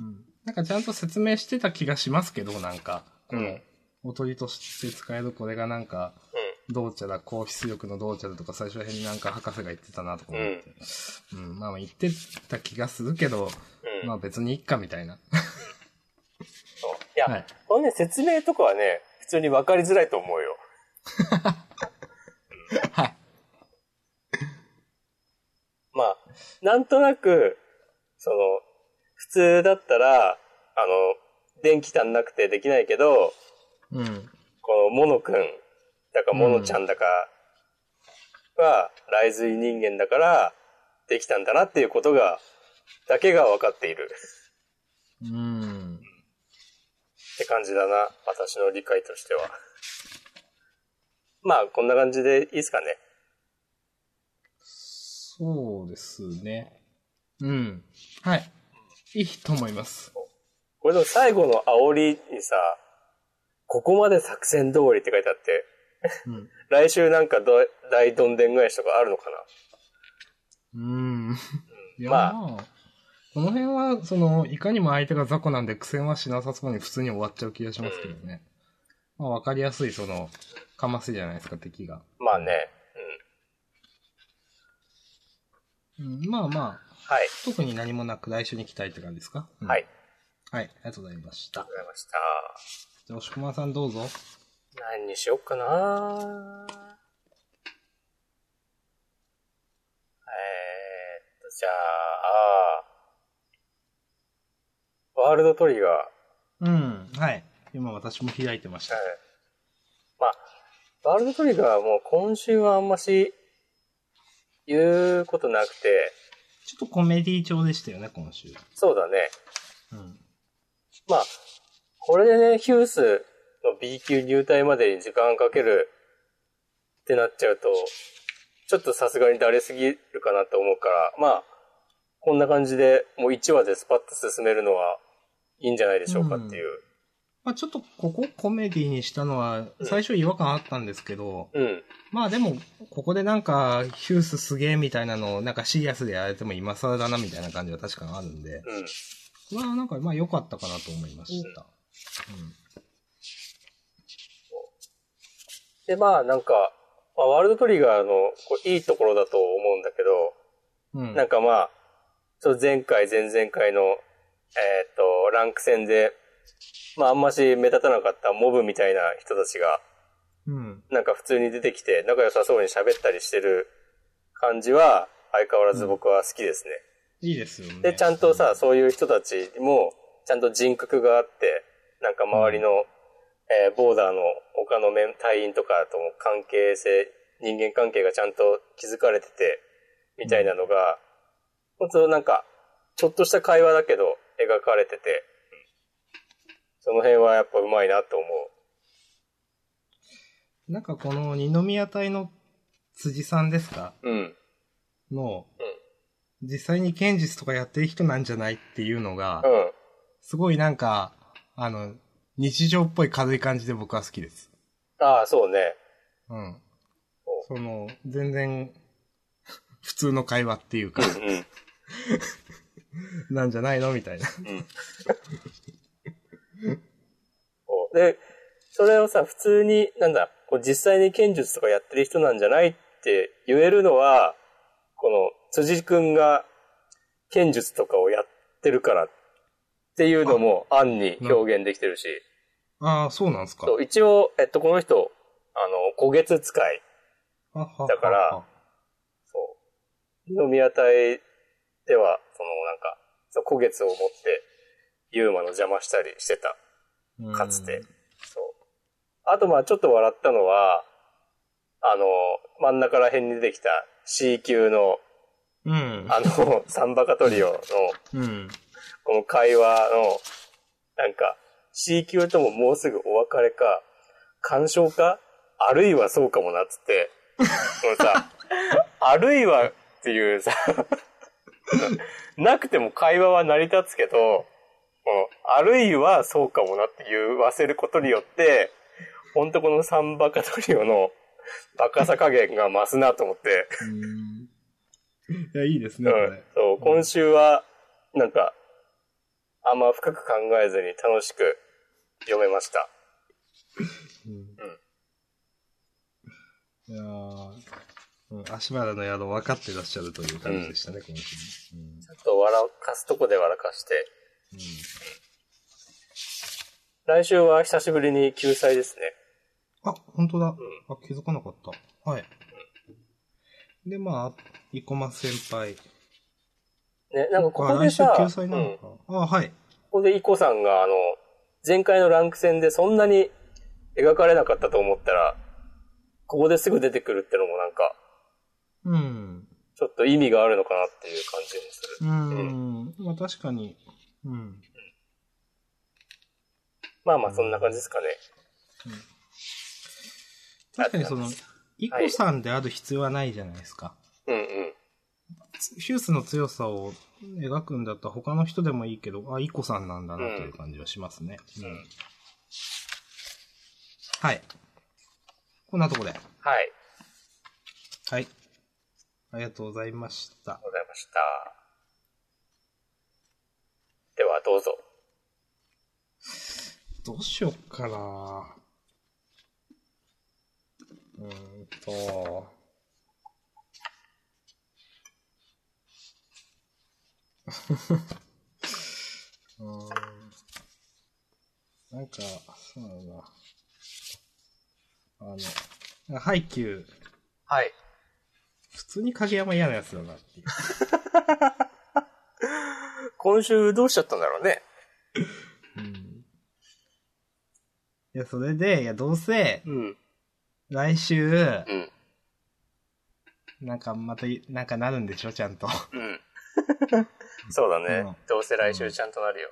うん。なんかちゃんと説明してた気がしますけど、なんか。こうんの、おとりとして使えるこれがなんか、どうちゃら、高出力のどうちゃらとか最初ら辺になんか博士が言ってたなとか思って。うん、まあ言ってた気がするけど、うん。うん。まあ別にいっかみたいな。そういや、はい。このね、説明とかはね、普通に分かりづらいと思うよ。はい。まあ、なんとなく、その、普通だったら、あの、電気足んなくてできないけど、うん。このモノくんだかモノちゃんだか、が雷髄人間だからできたんだなっていうことが、だけが分かっているうん。って感じだな。私の理解としては。まあ、こんな感じでいいですかね。そうですね。うん。はい。いいと思います。これでも最後の煽りにさ、ここまで作戦通りって書いてあって、うん。来週なんかど大どんでん返しとかあるのかうん。いや、まあまあ、この辺は、その、いかにも相手が雑魚なんで苦戦はしなさそうに普通に終わっちゃう気がしますけどね。まあ、わかりやすい、その、かますじゃないですか、敵が。なまあね。うん、まあまあ、はい。特に何もなく来週に来たいって感じですか、うんはい。。はい、ありがとうございましありがたと。うございました。じゃあ、押駒さんどうぞ。何にしよっかなえーっと、じゃあ、ワールドトリガー。はいうん、はい。今私も開いてました。まあ、ワールドトリガーはもう今週はあんまし言うことなくて、ちょっとコメディ調でしたよね、今週。そうだね。うん。まあ、これでね、ヒュースの B 級入隊までに時間かけるってなっちゃうと、ちょっとさすがにだれすぎるかなと思うから、まあ、こんな感じでもう1話でスパッと進めるのはいいんじゃないでしょうかっていう。まあ、ちょっとここコメディにしたのうは、ん最初違和感あったんですけど、うん。まあでも、ここでなんか、ヒュースすげえみたいなのを、なんかシリアスでやられても今更だなみたいな感じは確かにあるんで、うん。まあなんか、まあ良かったかなと思いました。で、まあなんか、まあ、ワールドトリガーのこういいところだと思うんだけど、うん。うん。なんかまあ、ちょっと前回、前々回の、えーっ、と、ランク戦で、まああんまし目立たなかったモブみたいな人たちが、うん。なんか普通に出てきて仲良さそうに喋ったりしてる感じは、相変わらず僕は好きですね。いいですよね。で、ちゃんとさ、そういう人たちも、ちゃんと人格があって、なんか周りの、えーボーダーの他のメン隊員とかとも関係性、人間関係がちゃんと築かれてて、みたいなのが、本当なんか、ちょっとした会話だけど、描かれてて、その辺はやっぱうまいなと思う。なんかこの二宮隊の辻さんですかうん。の、実際に剣術とかやってる人なんじゃないっていうのが、うん。すごいなんか、あの、日常っぽい軽い感じで僕は好きです。ああ、そうね。うん。その、全然、普通の会話っていうか、 うん。なんじゃないのみたいな。こうで、それをさ、普通に、なんだ、こう実際に剣術とかやってる人なんじゃないって言えるのは、この辻くんが剣術とかをやってるからっていうのも案に表現できてるし、ああ、そうなんですか。そう一応、えっと、この人、あの、古月使い、はははだから、そう、二宮隊では、そのなんか、その古月を持って、ユーマの邪魔したりしてた。うんかつて。。そう。あと、まあちょっと笑ったのは、あの、真ん中ら辺に出てきた C 級の、うん。あ の、サンバカトリオの、うん。この会話の、なんか、C 級とももうすぐお別れか、干渉かあるいはそうかもなっつって、このさ、あるいはっていうさ、 なくても会話は成り立つけど、このあるいはそうかもなって言わせることによって、ほんとこのサンバカトリオのバカさ加減が増すなと思って、 いや、いいですうね、こんれ。、そう、今週は、なんか、あんま深く考えずに楽しく読めました。うんいやーうん、足原の宿分かってらっしゃるという感じでしたね、今週も。ちょっと笑かすとこで笑かして、うん来週は久しぶりに救済ですね。あ、本当だ。あ、気づかなかった。はい。で、まあ、生駒先輩。ね、なんかこあこでさ、来週救済なうのんか。あ、はい。ここでイコさんが、あの、前回のランク戦でそんなに描かれなかったと思ったら、ここですぐ出てくるってのもなんか、うん。ちょっと意味があるのかなっていう感じもする。うん。まあ確かに。うん。まあまあ、そんな感じですかね。確かにその、イはいコさんである必要はないじゃないですか。うんうん。ヒュースの強さを描くんだったら他の人でもいいけど、あ、イコさんなんだなという感じはしますね。うんうんはい。こんなとこで。はい。はい。ありがとうございました。ございました。では、どうぞ。どうしよっかなうーんと。 うーん。なんか、そうだな。あの、ハイキュー、はい。普通に影山嫌なやつだなっていう。今週どうしちゃったんだろうね。うん。いや、それで、いや、どうせ、うん。来週、うん。なんかまた、なんかなるんでしょ、ちゃんと。うん。 そうだね、うんどうせ来週ちゃんとなるよ。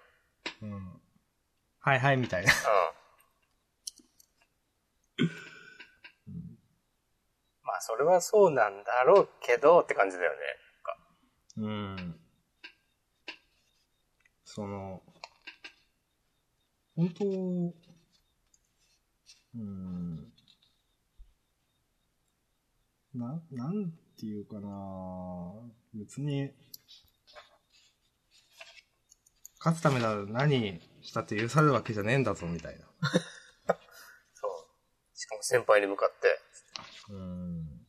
うん。はいはい、みたいな。うん。まあ、それはそうなんだろうけど、って感じだよね。うん。その、本当、うん。な、なんていうかな別に、勝つためなら何したって許されるわけじゃねえんだぞ、みたいな。そう。しかも先輩に向かって。うん。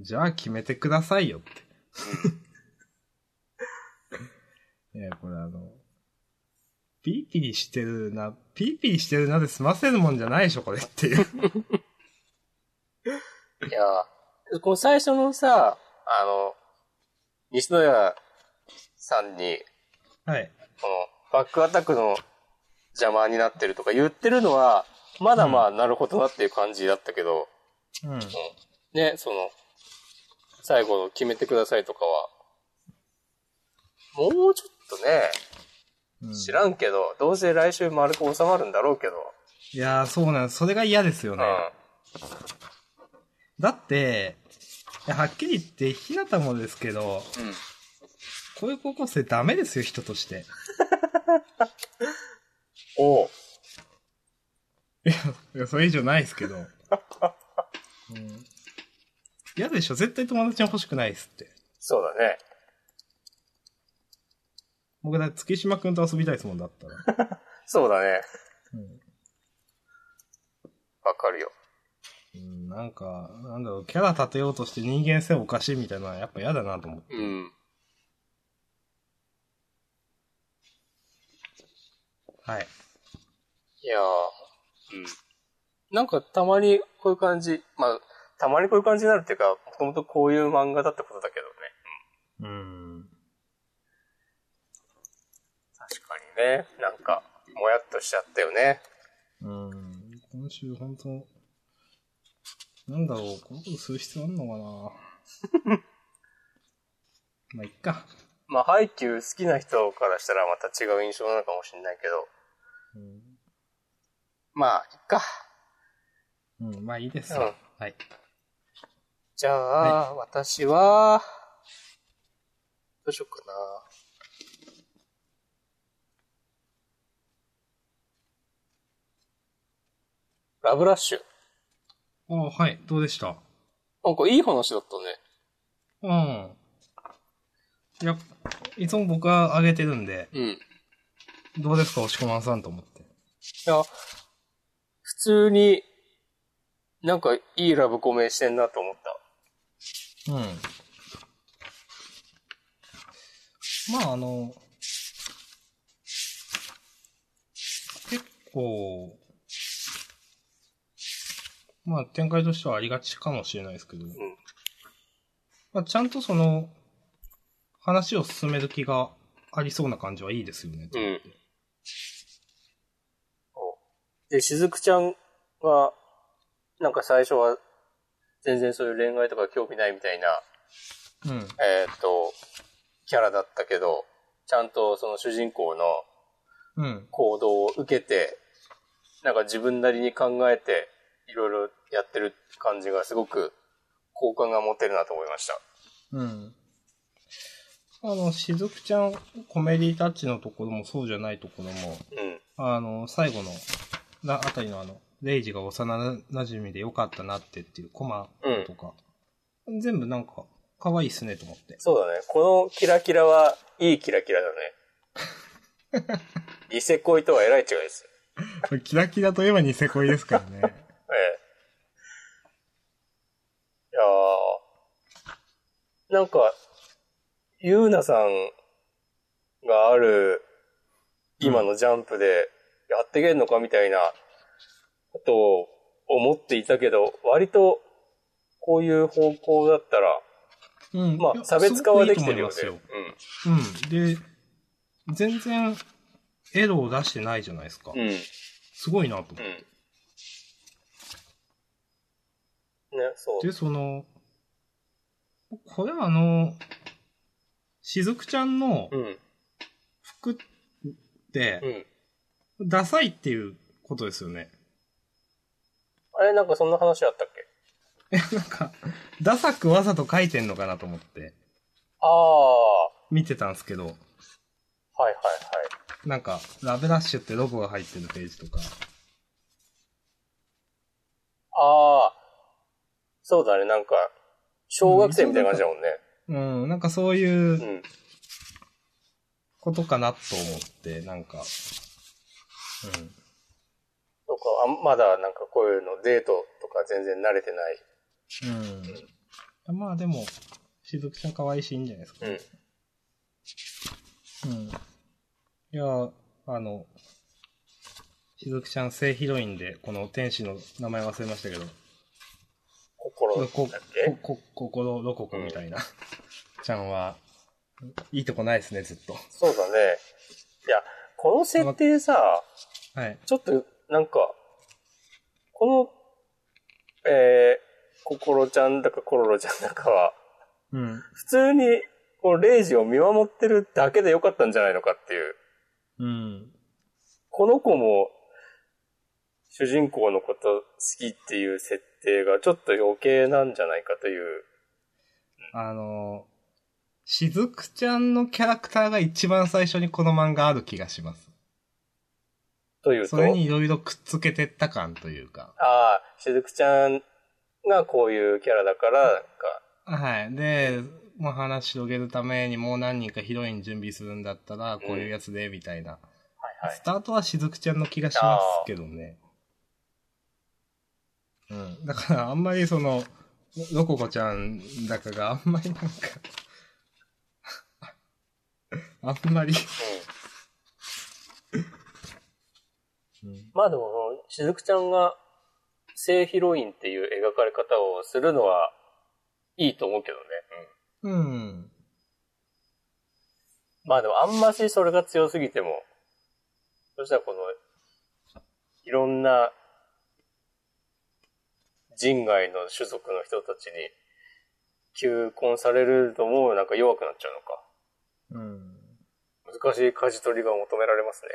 じゃあ決めてくださいよって。 いや、これあの、ピリピリしてるな、ピリピリしてるなで済ませるもんじゃないでしょ、これっていう。いやーこの最初のさ、あの、西野屋さんに、 はい。この、バックアタックの邪魔になってるとか言ってるのは、まだまあ、なるほどなっていう感じだったけど、うん。ね、その、最後の決めてくださいとかは、もうちょっとね、うん知らんけど、どうせ来週丸く収まるんだろうけど、いやー、そうなんそれが嫌ですようね。だって、いやはっきり言って、ひなたもですけん。うど、ん。こういう高校生ダメですよ、人として。おう。いや、いやそれ以上ないですけど。うん嫌でしょ絶対友達は欲しくないですって。そうだね。僕だって月島くんと遊びたいですもんだったら。そうだね。うんわかるよ。うん、なんか、なんだろう、キャラ立てようとして人間性おかしいみたいなのはやっぱ嫌だなと思って。うん。はい。いやー、うん。なんかたまにこういう感じ、まあ、たまにこういう感じになるっていうか、もともとこういう漫画だってことだけどね。うん。確かにね。なんか、もやっとしちゃったよね。うん。今週本当なんだろう、このことする必要あんのかな まあ、いっか。まあ、ハイキュー好きな人からしたらまた違う印象なのかもしれないけど、うんまあ、いっか。うん、まあいいですうんよ。はい。じゃあ、私は、どうしようかな。ラブラッシュ。ああ、はい。どうでしたなんかいい話だったね。うん。いや、いつも僕は上げてるんで、うん。いどうですか、押し込まんさんと思って。や、普通に、なんかいいラブコメしてんなと思った。うん。まあ、あの、結構、まあ、展開としてはありがちかもしれないですけど、んまあ、ちゃんとその、話を進める気がありそうな感じはいいですよね。うん。で、しずくちゃんが、なんか最初は、全然そういう恋愛とか興味ないみたいな、うん。えーっと、キャラだったけど、ちゃんとその主人公のうん。行動を受けて、なんか自分なりに考えて、いろいろやってる感じがすごく好感が持てるなと思いました。うん。あの、しずくちゃん、コメディタッチのところもそうじゃないところも、うん。あの、最後の、な、あたりのあの、レイジが幼馴染でよかったなってっていうコマとか、全部なんか、可愛いっすねと思って。そうだね。このキラキラはいいキラキラだね。ニセ恋とはえらい違いです。キラキラといえばニセ恋ですからね。ええ。いやーなんか、ゆうなさんがある今のジャンプでやってけんのかみたいなことを思っていたけど、割とこういう方向だったら、うん まあ差別化はできてるよね。すごくいいと思いますようん。で、全然、エロを出してないじゃないですか。うん。うん。すごいなと思って。うん。ね、そう。で、その、これはあの、しずくちゃんのうん。服ってう、ん。ダサいっていうことですよね。 あれ、なんかそんな話あったっけなんか、ダサくわざと書いてんのかなと思ってああ、は見てたんですけいど、はいはい。なんか、ラブラッシュってロゴが入ってるページとか。ああ、そうだね、なんか、小学生みたいな感じだもんね。。うん、なんかそういううんことかなと思って、なんか。とか、あまだなんかこういうのデートとか全然慣れてない。うん。うん。まあでも、しずくちゃん可愛いしいいんじゃないですか。うん。うん。いや、あの、しずくちゃん正ヒロインで、この天使の名前忘れましたけど、心だっこけここ心ロココみたいな、ちゃんは、いいとこないですね、ずっと。そうだね。いや、この設定さ、はい。ちょっと、なんか、この、えー、心ちゃんだかコロロちゃんだかは、うん。普通に、このレイジを見守ってるだけでよかったんじゃないのかっていう。うん。この子も、主人公のこと好きっていう設定がちょっと余計なんじゃないかという。あの、しずくちゃんのキャラクターが一番最初にこの漫画ある気がします。というそと、れにいろいろくっつけてった感というか。ああ、しずくちゃんがこういうキャラだから、なんか、はい。で、まあ、話広げるためにもう何人かヒロイン準備するんだったら、こういうやつで、みたいな。はいはいス。タートはしずくちゃんの気がしますけどね。うん。だから、あんまりその、ロココちゃんだかがあんまりなんか、あんまり、う ん。うん。まあでも、しずくちゃんが正ヒロインっていう描かれ方をするのは、いいと思うけどね。うん。まあでも、あんましそれが強すぎても、そしたらこの、いろんな、人外の種族の人たちに、求婚されるともうなんか弱くなっちゃううん。のか。難しい舵取りが求められますね。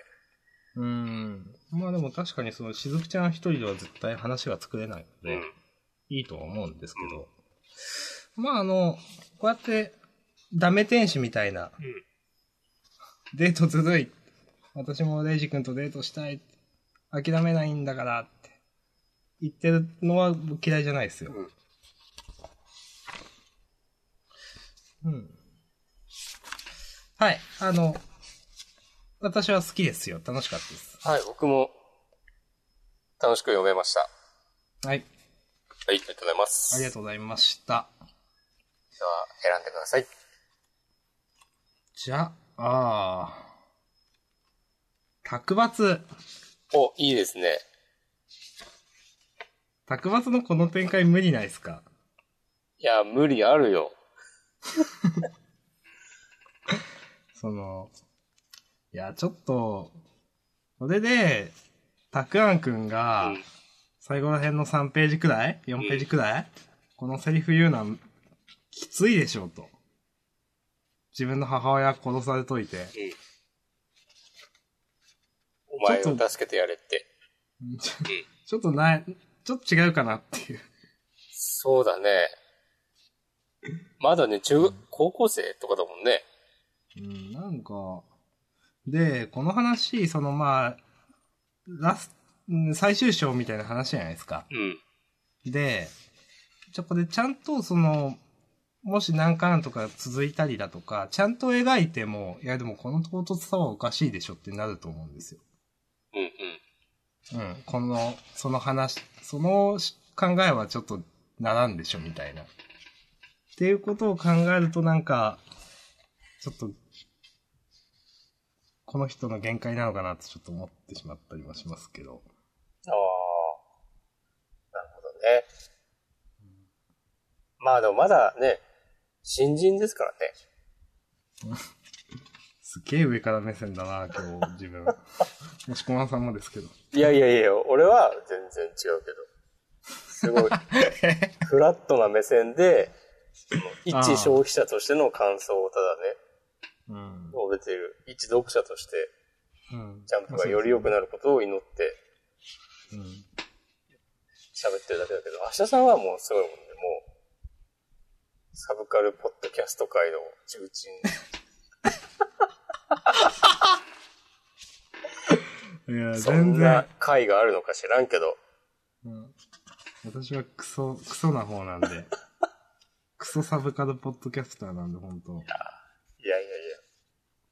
うん。まあでも確かにそのしずくちゃん一人では絶対話が作れないので、うんいいとは思うんですけど、まああの、こうやって、ダメ天使みたいな、んデートずるい。私もレイジ君とデートしたい。諦めないんだからって言ってるのは嫌いじゃないですよ。うん。はい。あの、私は好きですよ。楽しかったです。はい、僕も、楽しく読めました。はい。はい、ありがとうございます。ありがとうございました。では、選んでください。じゃあ、あー卓抜。お、いいですね。卓抜のこの展開無理ないですかいや、無理あるよ。その、いや、ちょっと、それで、たくあんくんが、うん最後ら辺の3ページくらい ?4 ページくらい、このセリフ言うのは、きついでしょうと。自分の母親殺されといて、お前ちょっとを助けてやれって。ちょちょっとない、ちょっと違うかなっていう。そうだね。まだね、中学、高校生とかだもんね。うん、なんか、で、この話、そのまあ、ラス、うん最終章みたいな話じゃないですか。うん。で、そこでちゃんとその、もし何かなんとか続いたりだとか、ちゃんと描いても、いやでもこの唐突さはおかしいでしょってなると思うんですよ。うんうん。うん。この、その話、その考えはちょっとならんでしょみたいな。っていうことを考えるとなんか、ちょっと、この人の限界なのかなってちょっと思ってしまったりもしますけど。ああ。なるほどね。まあでもまだね、新人ですからね。すげえ上から目線だな、今日自分。 もしこまさんもですけど。いやいやいや、俺は全然違うけど。すごい、 フラットな目線で、そのあ一ー消費者としての感想をただね、うん。述べている。一読者として、うんジャンプがより良くなることを祈ってうん。喋ってるだけだけど、明日さんはもうすごいもんね、もう、サブカルポッドキャスト界の重鎮。いや、そ 全ん然な、回があるのか知らんけど、うん私はクソ、クソな方な んで。クソサブカルポッドキャスターなんで、本当いやいやい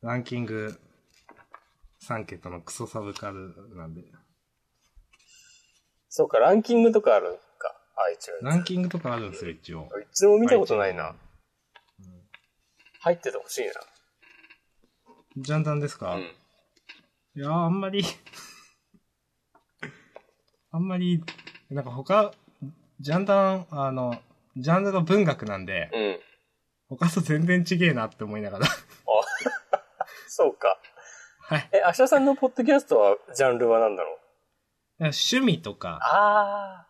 ランキング3桁のクソサブカルなんで。や。そうか、ランキングとかあるか、iTunes。ランキングとかあるんですよ、一応。いつも見たことないな。うん入っててほしいジャンダンですか、な。うん。いやー、あんまり、あんまり、なんか他、ジャンダン、あの、ジャンルが文学なんで、うん。他と全然違えなって思いながら。 そうか。はい。え、明日さんのポッドキャストは、ジャンルは何だろう趣味とか、あ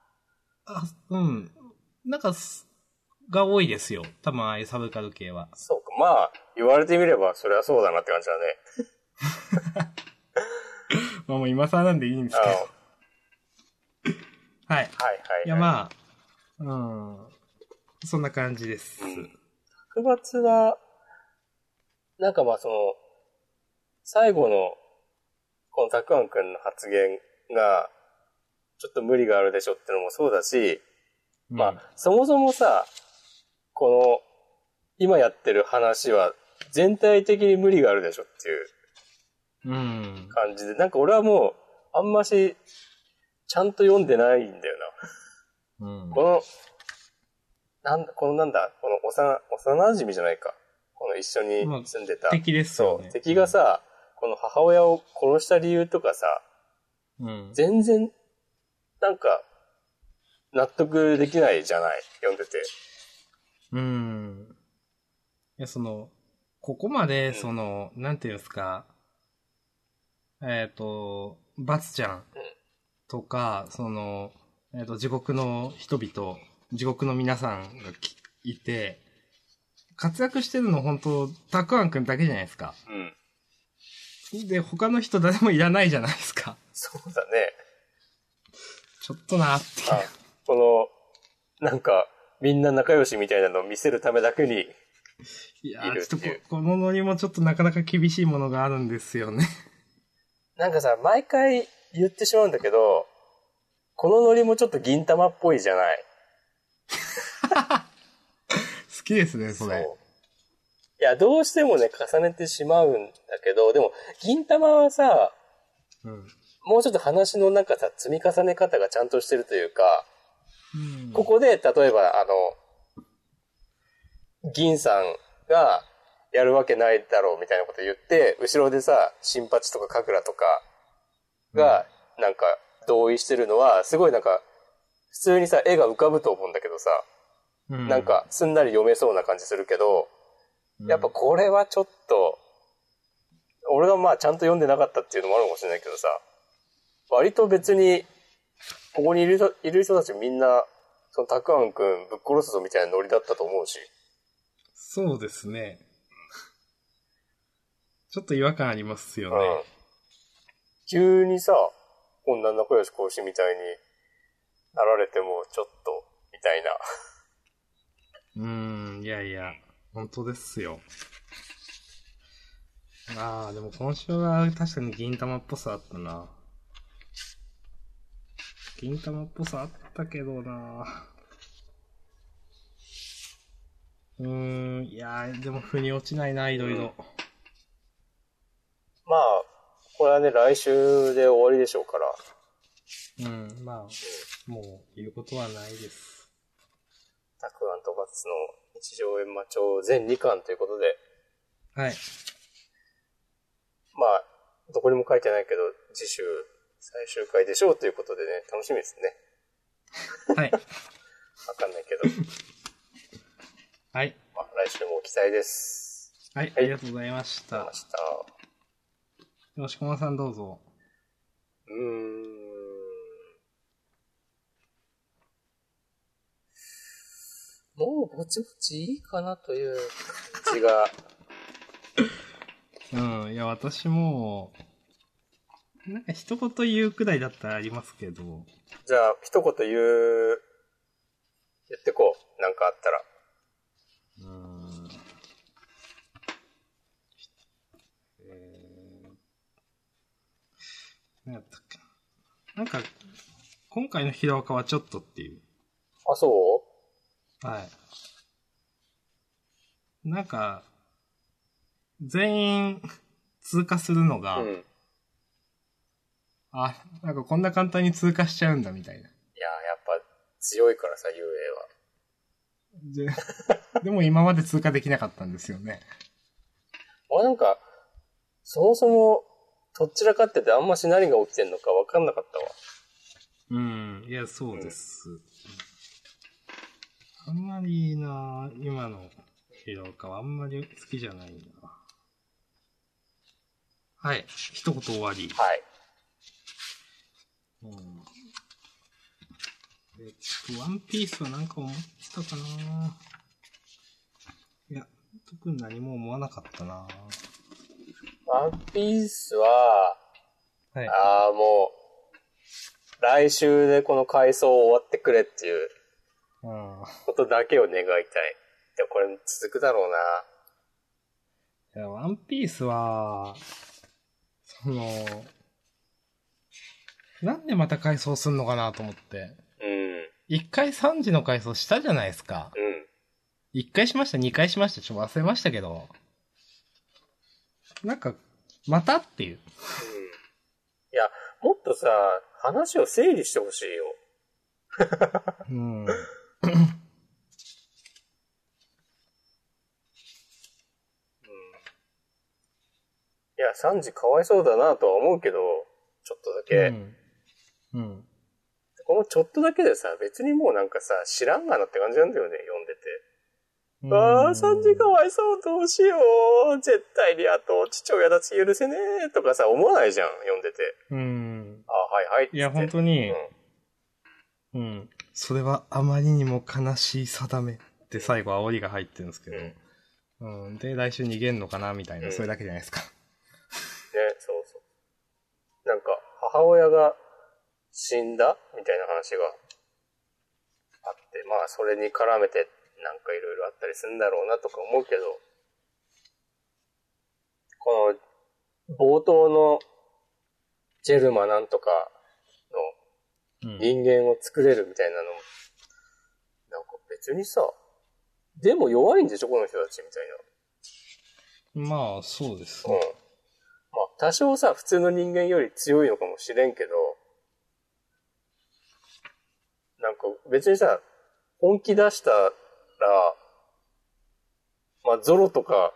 あ。あうん。なんかす、が多いですよ。多分ああいうサブカル系は。そうか。まあ、言われてみれば、それはそうだなって感じだね。まあもう今更なんでいいんですあけの、どはい。ははい。いはい。 いやまあ、うん。そんな感じです。うん白抜は、なんかまあその、最後の、このたくあんくんの発言が、ちょっと無理があるでしょってのもそうだし、まあ、そもそもさ、この、今やってる話は、全体的に無理があるでしょっていううん。うん。感じで、なんか俺はもう、あんまし、ちゃんと読んでないんだよな。うん。この、なんだ、このなんだ、この幼、幼馴染じゃないか。この一緒に住んでた。敵ですよそね。う。敵がさ、この母親を殺した理由とかさ、うん、全然、なんか、納得できないじゃない読んでて。うん。いや、その、ここまで、んその、なんていうんですか、えっ、と、バツちゃんとか、その、えっ、と、地獄の人々、地獄の皆さんがきいて、活躍してるの本当たくあんくんだけじゃないですか。うん。で、他の人誰もいらないじゃないですか。そうだね。ちょっとなっていう。あ、この、なんか、みんな仲良しみたいなのを見せるためだけに、いやいるーっちてょっというここのノリもちょっとなかなか厳しいものがあるんですよね。 なんかさ、毎回言ってしまうんだけど、このノリもちょっと銀玉っぽいじゃない好きですね、それ。ういや、どうしてもね、重ねてしまうんだけど、でも、銀玉はさ、うんもうちょっと話のなんかさ、積み重ね方がちゃんとしてるというか、うんここで、例えば、あの、銀さんがやるわけないだろうみたいなこと言って、後ろでさ、新八とか神楽とかが、なんか、同意してるのは、すごいなんか、普通にさ、絵が浮かぶと思うんだけどさ、うなんか、すんなり読めそうな感じするけど、やっぱこれはちょっと、俺がまあちゃんと読んでなかったっていうのもあるかもしれないけどさ、割と別に、ここにいる人いる人たちみんなそのたくあんくんぶっ殺すぞみたいなノリだったと思うし。そうですね。ちょっと違和感ありますよね。うん。急にさ、こんな仲良し講師みたいになられても、ちょっと、みたいな。うーん、いやいや、本当ですよ。ああ、でも今週は確かに銀玉っぽさあったな。銀玉っぽさあったけどな。うーん、いやー、でも腑に落ちないな、いろいろ。まあ、これはね、来週で終わりでしょうから。うん、まあ、もう言うことはないです。たくあんとバツの日常円魔帳全2巻ということで、はい。まあ、どこにも書いてないけど、次週最終回でしょうということでね、楽しみですね。 はい。わかんないけど、 はい。まあ、来週も期待です。はい、ありがとうございましありがとうございたま。した。よしこまさんどうぞ。うーん。もうぼちぼちいいかなという感じが。うん、いや、私も、なんか一言言うくらいだったらありますけど、じゃあ、一言言う、言ってこう。なんかあったら。うん。えー、何やったっけな。なんか、今回のヒロアカはちょっとっていう。あ、そはい。なんか、全員通過するのうが、うん。いやあ、なんかこんな簡単に通過しちゃうんだみたいな。ー、やっぱ強いからさ、遊泳は。 で、でも今まで通過できなかったんですよね。俺なんか、そもそも、どっちらかっててあんまし何が起きてんのか分かんなかったわ。うん、いや、そうです。あんまりな、今の広岡はあんまり好きじゃないな。はい、一言終わり。はい。うん、えっと、ワンピースはなんか思ったかないや、特に何も思わなかったなワンピースは、はい。ああ、もう、来週でこの回想終わってくれっていううんことだけを願いたい。でもこれ続くだろうな。いや、ワンピースは、その、なんでまた改装すんのかなと思って。うん。うん。一回3時の改装したじゃないですか。一回しました、二回しました、ちょっと忘れましたけど。なんか、またっていう。いや、もっとさ、話を整理してほしいよ。うん。いや、サンジかわいそうだなとは思うけど、ちょっとだけ。うん。うん。このちょっとだけでさ、別にもうなんかさ、知らんがなって感じなんだよね、読んでて。ああ、サンジかわいそう、どうしよう。絶対にあと、父親だち許せねえとかさ、思わないじゃん、読んでて。うん。あはいはいっつって。いや、本当に、うんうん。それはあまりにも悲しい定めって最後煽りが入ってるんですけど。うん。で、来週逃げんのかなみたいな、うんそれだけじゃないですか。ね、そうそう。なんか、母親が死んだみたいな話があって、まあ、それに絡めて、なんかいろいろあったりするんだろうなとか思うけど、この、冒頭の、ジェルマなんとかうのん。人間を作れるみたいなのも、なんか別にさ、でも弱いんでしょこの人たちみたいな。まあ、そうですうん。まね。あ、多少さ、普通の人間より強いのかもしれんけど、なんか別にさ、本気出したら、まあ、ゾロとか、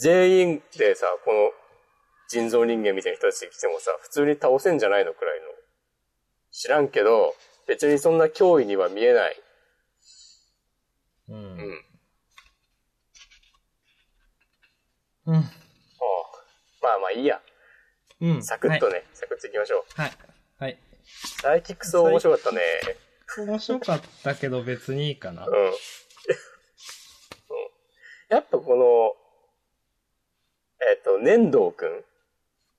全員でさ、この人造人間みたいな人たち来てもさ、普通に倒せんじゃないのくらいの。知らんけど、別にそんな脅威には見えない。ううん。ん。うん。まあまあいいや。うん。サクッとね、サクッといきましょう。はい。はい。はい。サイキックス面白かったね。面白かったけど別にいいかな。うん。やっぱこの、えっ、と、粘土くん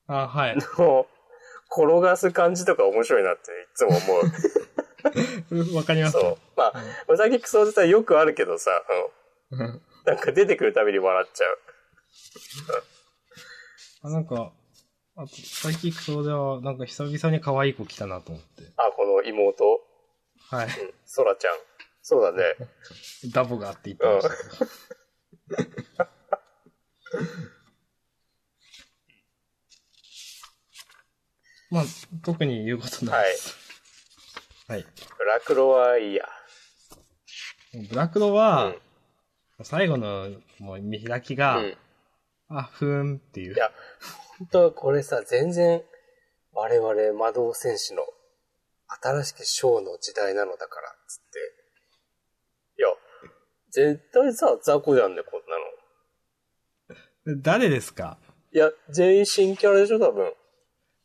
あ、はい。 の転がす感じとか面白いなっていつも思う。わかります。そう。まあ、うさぎくそ自体よくあるけどさ、うんうんなんか出てくるたびに笑っちゃう。あ、なんか、あと、サイキックソーでは、なんか久々に可愛い子来たなと思って。あ、この妹、はい。そらちゃん。そうだね。ダボがあって言ってましたけど。まあ、特に言うことないです。はい。ブラクロはいいや。ブラクドうは、ん。最後のもう見開きうが、ん。あ、ふーんっていうい。や、本当はこれさ、全然、我々魔導戦士の新しき章の時代なのだから、つって。いや、絶対さ、雑魚じゃんね、こんなの。誰ですかいや、全員新キャラでしょ、多分。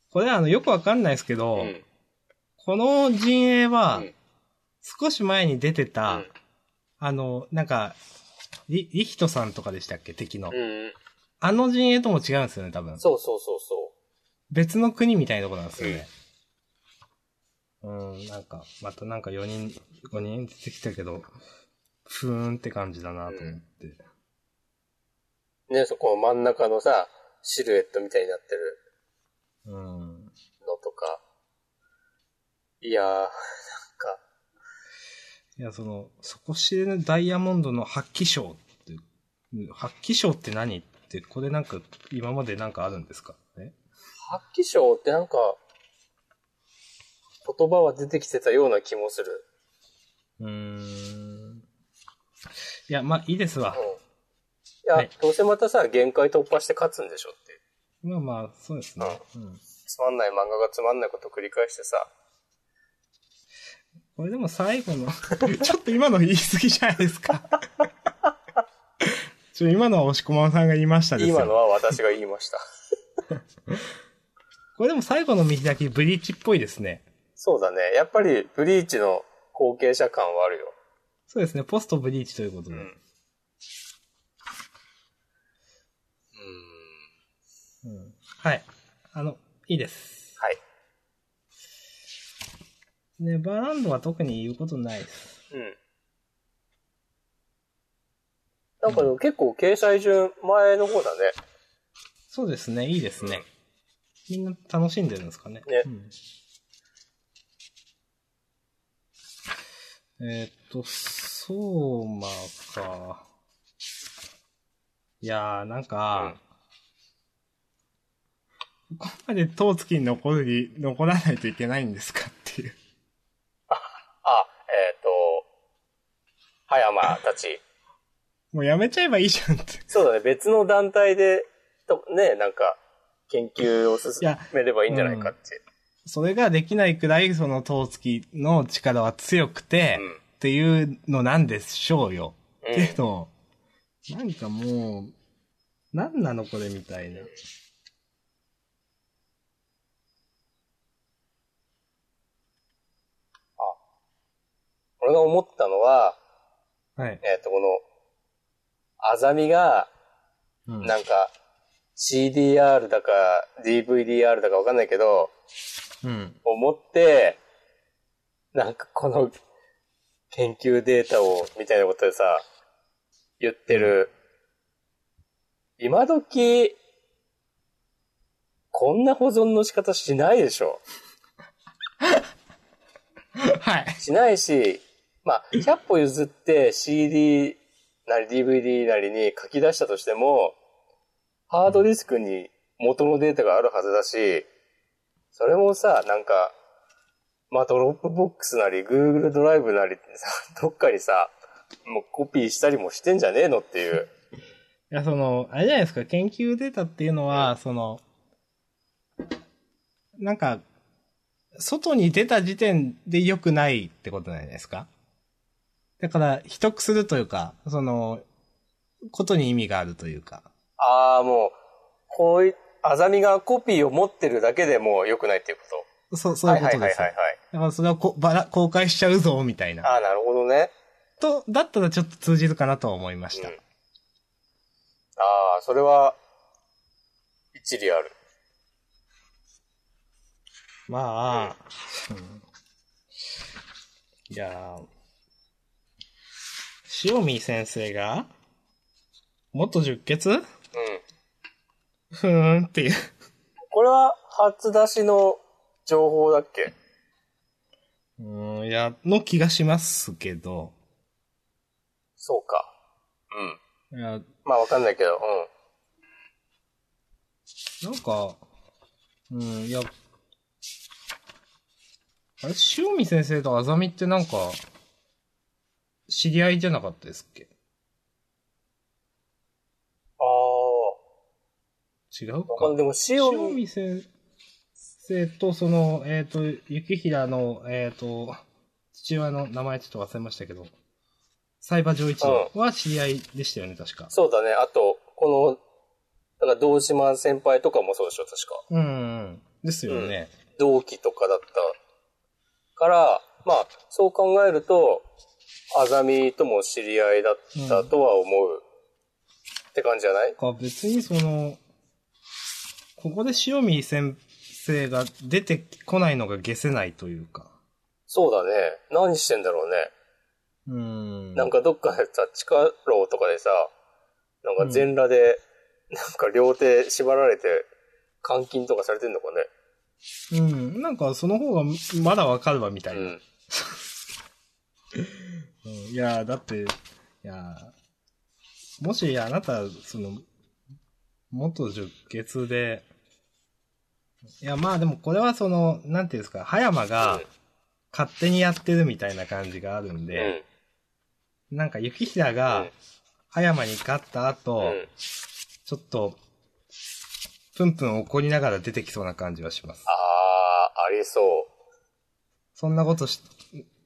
これあの、よくわかんないですけど、うん。この陣営は、うん少し前に出てた、うんあの、なんか、リリヒトさんとかでしたっけ敵の、うん。あの陣営とも違うんですよね、多分。そうそうそうそ別の国みたいなとこなんですよね。うん、なんか、またなんか4人、5人出てきたけど、ふーんって感じだなと思って。う。ね、そこの真ん中のさ、シルエットみたいになってるうん。のとか。いやー、なんか、いや、その、そこ知れぬダイヤモンドの発揮賞って、うん発揮賞って何って、これなんか、今までなんかあるんですかね発揮賞ってなんか、言葉は出てきてたような気もする。うーん。いや、まあ、いいですわうん。。いや、はいどうせまたさ、限界突破して勝つんでしょって。まあまあ、そうですね。うん。つまんない漫画がつまんないことを繰り返してさ。これでも最後の、 ちょっと今の言い過ぎじゃないですか。 ちょ、今のは押し込まさんが言いましたですよ。今のは私が言いました。 これでも最後の見開き、ブリーチっぽいですね。そうだね。やっぱり、ブリーチの後継者感はあるよ。そうですね、ポストブリーチということうで。ん。うんはい。あの、いいです。はい。ネバーランドは特に言うことないです。うん。なんかでも結構掲載順前の方だね。そうですね、いいですね。みんな楽しんでるんですかね。ねうんえーっと、そうまか。いやー、なんか、ここまで当月に残るに、残らないといけないんですかっていう。あ、えっ、と、葉山たち。もうやめちゃえばいいじゃんって。そうだね、別の団体で、とね、なんか、研究を進いやめればいいんじゃないかって。それができないくらい、その当月の力は強くて、うんっていうのなんでしょうよ。うんけど、なんかもう、なんなのこれみたいな。俺が思ったのは、はい。えっ、と、この、あざみが、うんなんか、CDR だか、DVDR だかわかんないけど、うん。思って、なんかこの、研究データを、みたいなことでさ、言ってる。今時、こんな保存の仕方しないでしょ。はい。しないし、まあ、100歩譲って CD なり DVD なりに書き出したとしても、ハードディスクに元のデータがあるはずだし、それもさ、なんか、まあ、ドロップボックスなり、Google ドライブなりってさ、 どっかにさ、もうコピーしたりもしてんじゃねえのっていう。いや、その、あれじゃないですか、研究データっていうのは、その、なんか、外に出た時点で良くないってことなんじゃないですかだから、秘匿するというか、その、ことに意味があるというか。ああ、もう、こうい、アザミがコピーを持ってるだけでもう良くないっていうこと。そう、そういうことです。はいはいはいはいだからそれはこばら公開しちゃうぞ、みたいな。はい。ああ、なるほどね。と、だったらちょっと通じるかなとは思いました。うんああ、それは、一理ある。まあ、うんいやー塩見先生が、元十血うん。ふーんっていう。これは、初出しの情報だっけうん、いや、の気がしますけど。そうか。うん。いや、まあ、わかんないけど、うん。なんか、うん、いや、あれ、塩見先生とあざみってなんか、知り合いじゃなかったですっけああ。違うか。わかんない。でも、塩塩見、見先生と、その、えっ、と、雪平の、えっ、と、父親の名前ちょっと忘れましたけど、サイバー上一郎は知り合いでしたよね、確か。そうだね。あと、この、なんか、道島先輩とかもそうでしょ、確か。うん、うん。ですよね。同期とかだったから、まあ、そう考えると、あざみとも知り合いだったとは思う。って感じじゃないか別にその、ここで塩見先生が出てこないのが消せないというか。そうだね。何してんだろうね。うん。なん、かどっかでさ、地下牢とかでさ、なんか全裸で、なんか両手縛られて、監禁とかされてんのかうん。なんかその方がまだわかるわみたいね。な。うん。うんいやー、だって、いやーもしあなた、その、元十血で、いや、まあでもこれはその、なんていうんですか、葉山うがん勝手にやってるみたいな感じがあるんうで、ん。なんか雪平うがん葉山に勝った後、うん。ちょっと、プンプン怒りながら出てきそうな感じはしますあ。ー、ありそう。そんなことし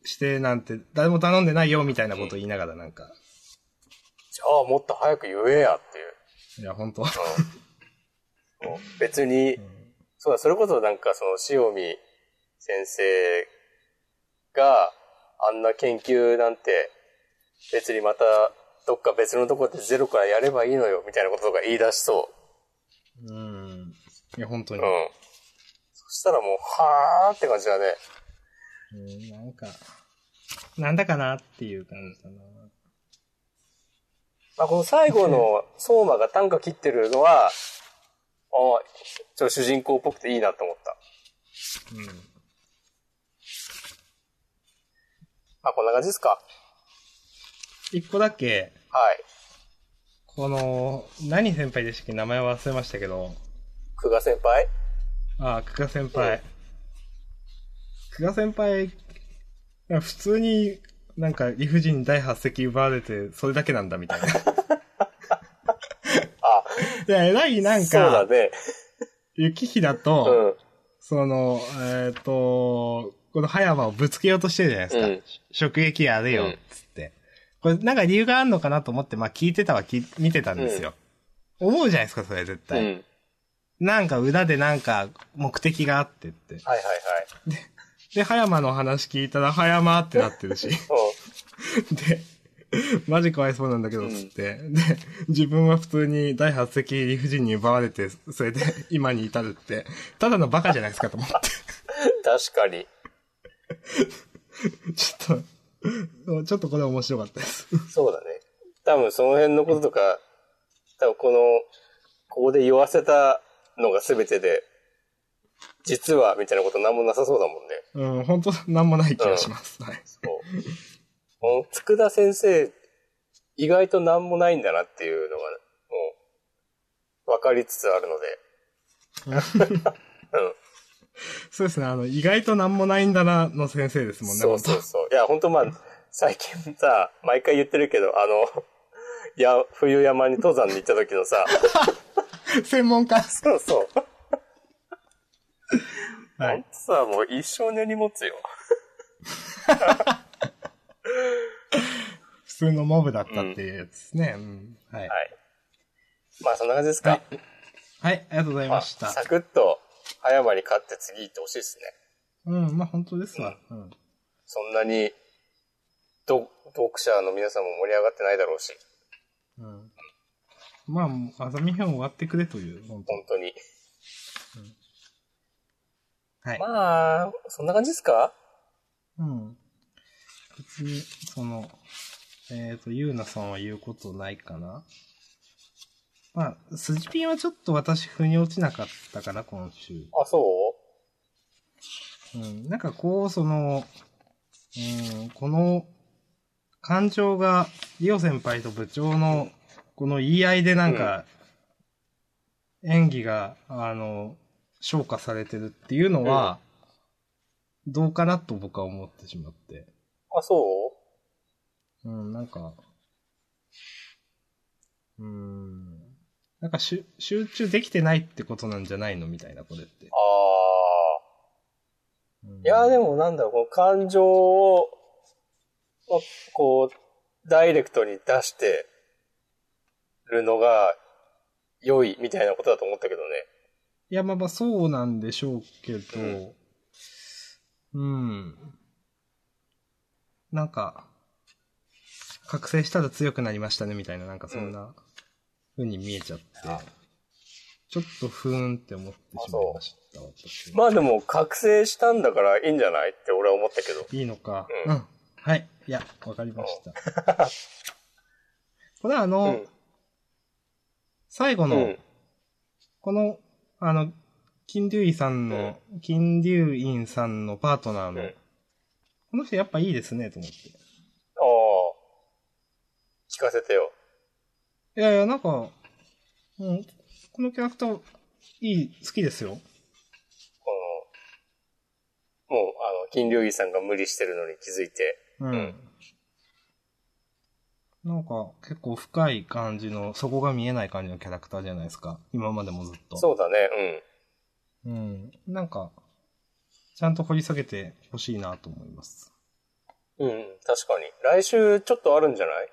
してなんて、誰も頼んでないよみたいなこと言いながらなんか、じゃあもっと早く言えやっていう。いや、本当うんもう別に、そうだ、それこそなんかその塩見先生があんな研究なんて別にまたどっか別のとこでゼロからやればいいのよみたいなこととか言い出しそううん。いや、本当。うにん。。そしたらもう、はーって感じだね。うん、なんか、なんだかなっていう感じだな。まあ、この最後の相馬が短歌切ってるのは、あちょっと主人公っぽくていいなと思った。うん。まあ、こんな感じですか。一個だけ、はい。この、何先輩でしたっけ名前忘れましたけど、久我先輩ああ、久我先う輩ん。久我先輩、普通になんか理不尽に第8席奪われて、それだけなんだみ たいな。いあ、や、偉いなんそうだか、ね。雪平うと、ん。その、えっ、と、この葉山をぶつけようとしてるじゃないですか。うん職撃やれうよん、つって。これ、なんか理由があるのかなと思って、まあ聞いてたは聞い見てたんですよ。思うじゃないですか、それ絶うん。はい対。なんか裏でなんか目的があってって。はいはい。で、葉山の話聞いたら、葉山ってなって るし。で、マジかわいそうなんだけど、つって。で、自分は普通に第8席理不尽に奪われて、それで今に至るって、ただのバカじゃないですかと思って。 うん。確かに。ちょっと、ちょっとこれ面白かったです。そうだね。多分その辺のこととか、多分この、ここで言わせたのが全てで、実はみたいなことなんもなさそうだもんね。うん、本当なんもない気がします。はい。そう。 この佃先生、意外となんもないんだなっていうのが、もう、わかりつつあるので。 うん。そうですね、あの、意外となんもないんだな、の先生ですもんね、そうそうそう。いや、本当まあ、最近さ、毎回言ってるけど、あの、いや、冬山に登山に行った時の さ、本当専門家。そうそう。はほんいと。さ、もう一生根に持つよ。普通のモブだったっていうやつですね。うん。はい。はい。まあ、そんな感じですか。はい。はい、ありがとうございままあ、した。サクッと、葉山に勝って次行ってほしいですね。うん、まあ本当ですわ。うん。そんなに、ど読者の皆さんも盛り上がってないだろうし、うん。まあ、もうアザミ編終わってくれという、本当本当に。はい。まあ、そんな感じですかうん。別に、その、えっ、と、ゆうなさんは言うことないかなまあ、スジピンはちょっと私、腑に落ちなかったから、今週。あ、そうん。なんかこう、その、うん、この、感情が、リオ先輩と部長の、この言い合いでなんか、演技が、あの、昇華されてるっていうのは、どうかなと僕は思ってしまって。うあ、そううん、なんか、うーん、なんか集集中できてないってことなんじゃないのみたいな、これっあて。うんあ。いや、でもなんだろう、この感情を、まこう、ダイレクトに出してるのが良いみたいなことだと思ったけどね。いや、まあまあそうなんでしょうけど、うん。なんか、覚醒したら強くなりましたね、みたいな、なんかそんな風に見えちゃって、ちょっとふーんって思ってしまいました、私はまあでも、覚醒したんだからいいんじゃないって俺は思ったけど。いいのか。ううんん。はい。いや、わかりました。 これはあの、うん。最後の、うん。この、あの、金龍医さんの、金龍院さんのパートナーうの、ん、この人やっぱいいですね、と思って。いああ。聞かせてよ。やいや、なんか、うん、このキャラクター、いい、好きですよ。この、もう、あの、金龍儀さんが無理してるのに気づいて。うん。うんなんか、結構深い感じの、底が見えない感じのキャラクターじゃないですか。今までもずっと。そうだね、うん。うん。なんか、ちゃんと掘り下げてほしいなと思います。うんうん、確かに。来週ちょっとあるんじゃない、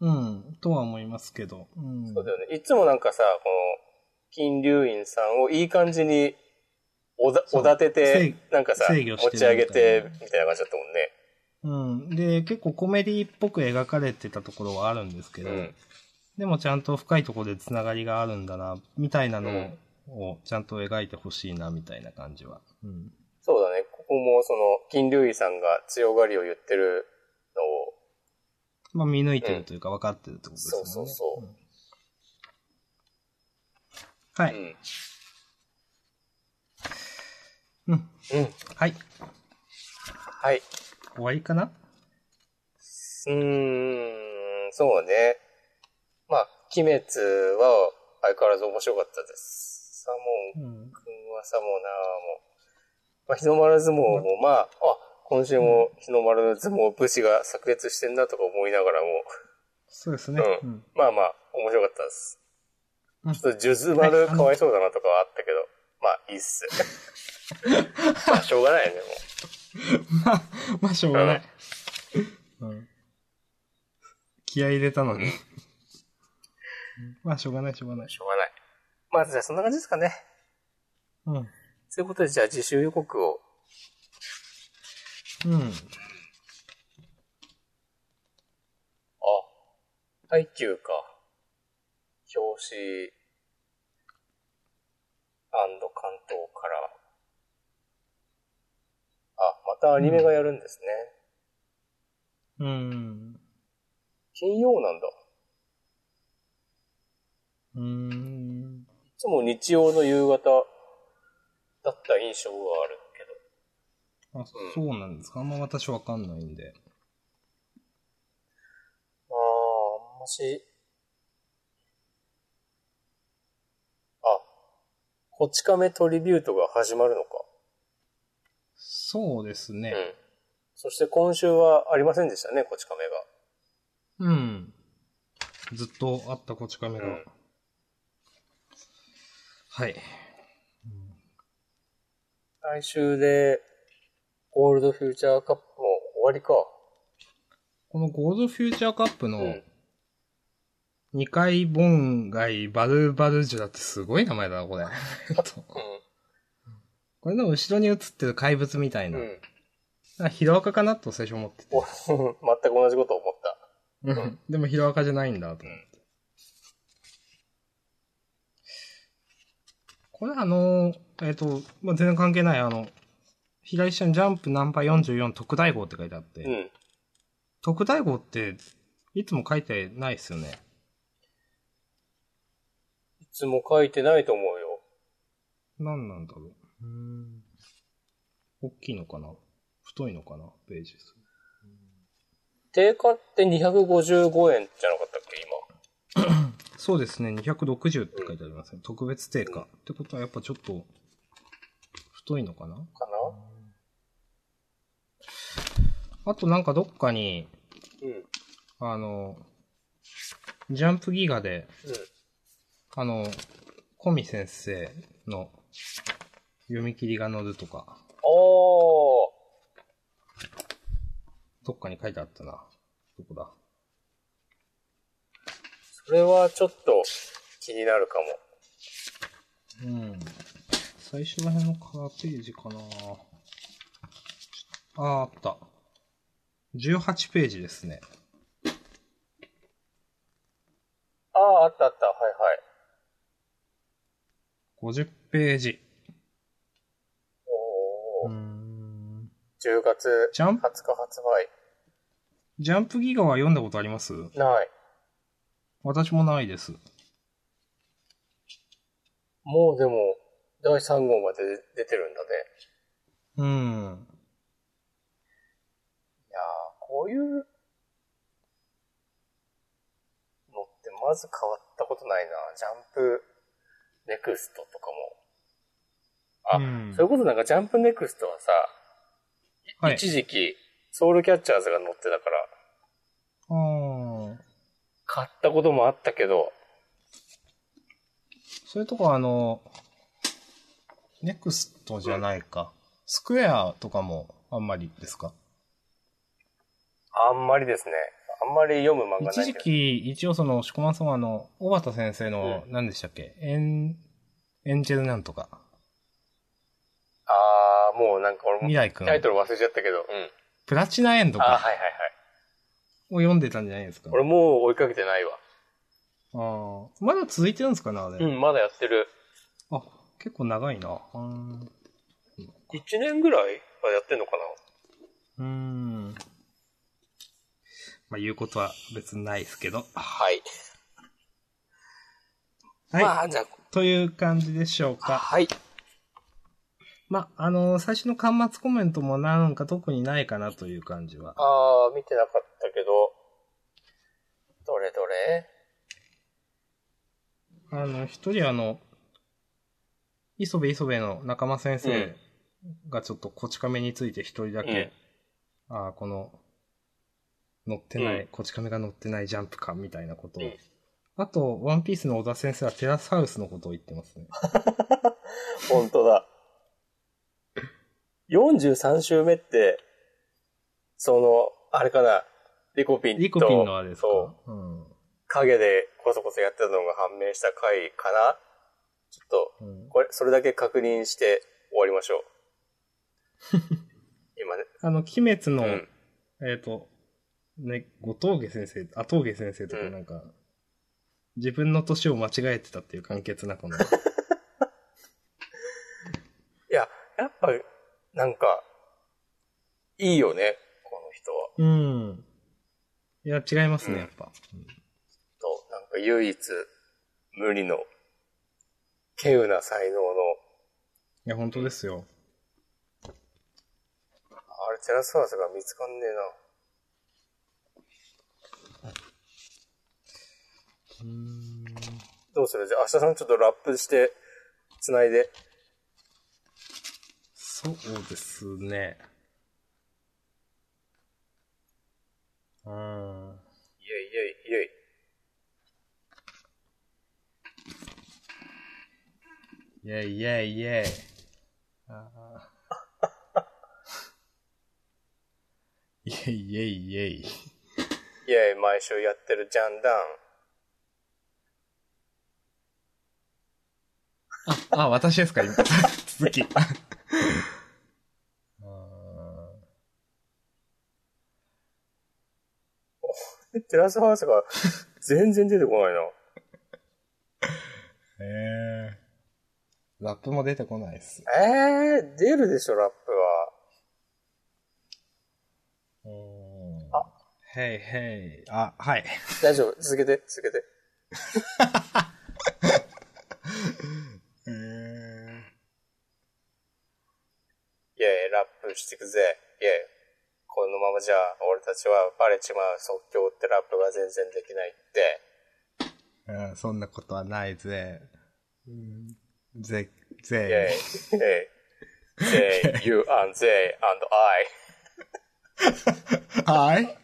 うん。とは思いますけど。うん。そうだよね。いつもなんかさ、この、金龍院さんをいい感じにおだ、そうおだてて制、なんかさ、制御して持るち上げてみたい、なみたいな感じだったもんね。うん。で、結構コメディっぽく描かれてたところはあるんですけど、うんでもちゃんと深いところでつながりがあるんだな、みたいなうのんをちゃんと描いてほしいな、みたいな感じは。うん。そうだね。ここも、その、金龍院さんが強がりを言ってるのを、まあ見抜いてるというか分かってるってことですよね。そうそうそうんはうい。ん。うん。うん。はい。はい。終わりかなうーん、そうね。まあ、鬼滅は相変わらず面白かったです。サモンうん。君はさ、もうな、もう。まあ、日の丸相撲も、まあ、あ、今週も日の丸の相撲武士が炸裂してんだとか思いながらも、そうですね。ううん ん。まあまあ、面白かったです。うんちょっと、ジュズ丸かわいそうだなとかはあったけど、まあ、いいっ す。まあ、しょうがないよね、もう。まあ、まあ、しょうがない。うん。気合い入れたのに。 まあ、しょうがない、しょうがない。しょうがない。まあ、じゃあ、そんな感じですかね。うということで、じゃあ、自習予告を。ん。うん。あ、耐久か。表紙、関東から。あ、またアニメがやるんですね。うん。金曜なんだ。いうん。つも日曜の夕方だった印象があるけど。あ、そうなんですか。あんま私わかんないんで。ああ、あんまし。あ、こち亀トリビュートが始まるのか。そうですうね。ん。そして今週はありませんでしたね、こち亀が。うん。ずっとあったこち亀が。うんはい。来週で、ゴールドフューチャーカップも終わりか。このゴールドフューチャーカップうのん2回盆外バルバルジュラってすごい名前だな、これ。えっとうん。これでも後ろに映ってる怪物みたいうな。ん。あ、ヒロアカかなと最初思ってて。お全く同じこと思った。うんでもヒロアカじゃないんだと思って。これあの、えっ、と、まあ、全然関係ない、あの、左下にジャンプナンパ44特大号って書いてあって、うん。特大号っていつも書いてないですよね。いつも書いてないと思うよ。何なんだろう。うーん。大きいのかな太いのかなページ数。定価って255円じゃなかったっけ、そうですね、260って書いてありますね。特別定価。ってことはやっぱちょっと、太いのかな今。かなあとなんかどっかに、うん。うん。あの、ジャンプギガで、あの、コミ先生の読み切りが載るとか、おー。どっかに書いてあったな。どこだそれはちょっと気になるかも。うん。最初ら辺のカーページかなああ、あった。18ページですね。ああ、あったあった。はいはい。 50ページ。おー。ん。 10月ジャ20ン日発売。ジャンプギガは読んだことありますない。私もないです。もうでも、第3号まで出てるんだね。うん。いやー、こういうのってまず変わったことないな。ジャンプネクストとかも。あ、うんそれこそなんかジャンプネクストはさ、はい。一時期ソウルキャッチャーズが載ってたから、あー買ったこともあったけど、そういうとこあの、ネクストじゃないか。スクエアとかもあんまりですかあんまりですね。あんまり読む漫画な一いん時で。期、一応その、しこまんさんはあの、小畑先生の、何でしたっけ、エン、エンジェルなんとか、あー、もうなんか俺未も来くんタ、イトル忘れちゃったけど、うん。プラチナエンドあー、はいかはいはい。を読んでたんじゃないですか。俺もう追いかけてないわ。あーまだ続いてるんですかね、あれ。うん、まだやってる。あ、結構長いな。うん。 1年ぐらいはやってんのかなうーん。まあ、言うことは別にないですけど。はい。はい。まあ、じゃあ、という感じでしょうか。はい。まあ、あのー最初の端末コメントもなんか特にないかなという感じは。ああ、見てなかったけど、どれどれあの、一人あの、磯部磯部の仲間先生がちょっとこち亀について一人だけ、ああ、この、乗ってない、うんこち亀が乗ってないジャンプか、みたいなことを。うんあと、ワンピースの小田先生はテラサウルスのことを言ってますね。本当だ。43週目って、その、あれかな、リコピンと、リコピンのあれですか。そうん。影でこそこそやってたのが判明した回かなちょっうんと、これ、それだけ確認して終わりましょう。 今ね、あの、鬼滅の、うんえっ、と、ね、後峠先生、あ、峠先生とかなんか、自分の年を間違えてたっていう簡潔なこの、いや、やっぱ、なんか、いいよね、この人は。うん。いや、違いますうんね、やっぱ。と、なんか唯一無二の、稀有な才能の、いや、本当ですよ。あれ、テラスハウスが見つかんねえな。どうするじゃあ、明日さんちょっとラップして、繋いで。そうですね。うイん。ェイイェイイェイ。イェイイェイイェイ。あ ーイェイイェイイェイ。イェイ、毎週やってるジャンダン。あ、私ですか、今。続き。テラスハウスが全然出てこないな。へえ。ラップも出てこないっす。えー、出るでしょ、ラップは。あ、へいへい。あ、はい。大丈夫、続けて、続けて。へえ。イェイ、ラップしていくぜ。イェイ。このままじゃ、俺たちはバレちまう即興ってラップが全然できないって。うん、そんなことはないぜ。うん、ぜ、イェぜ、イ、イェイ。They, you and they and I. はい。イェイ。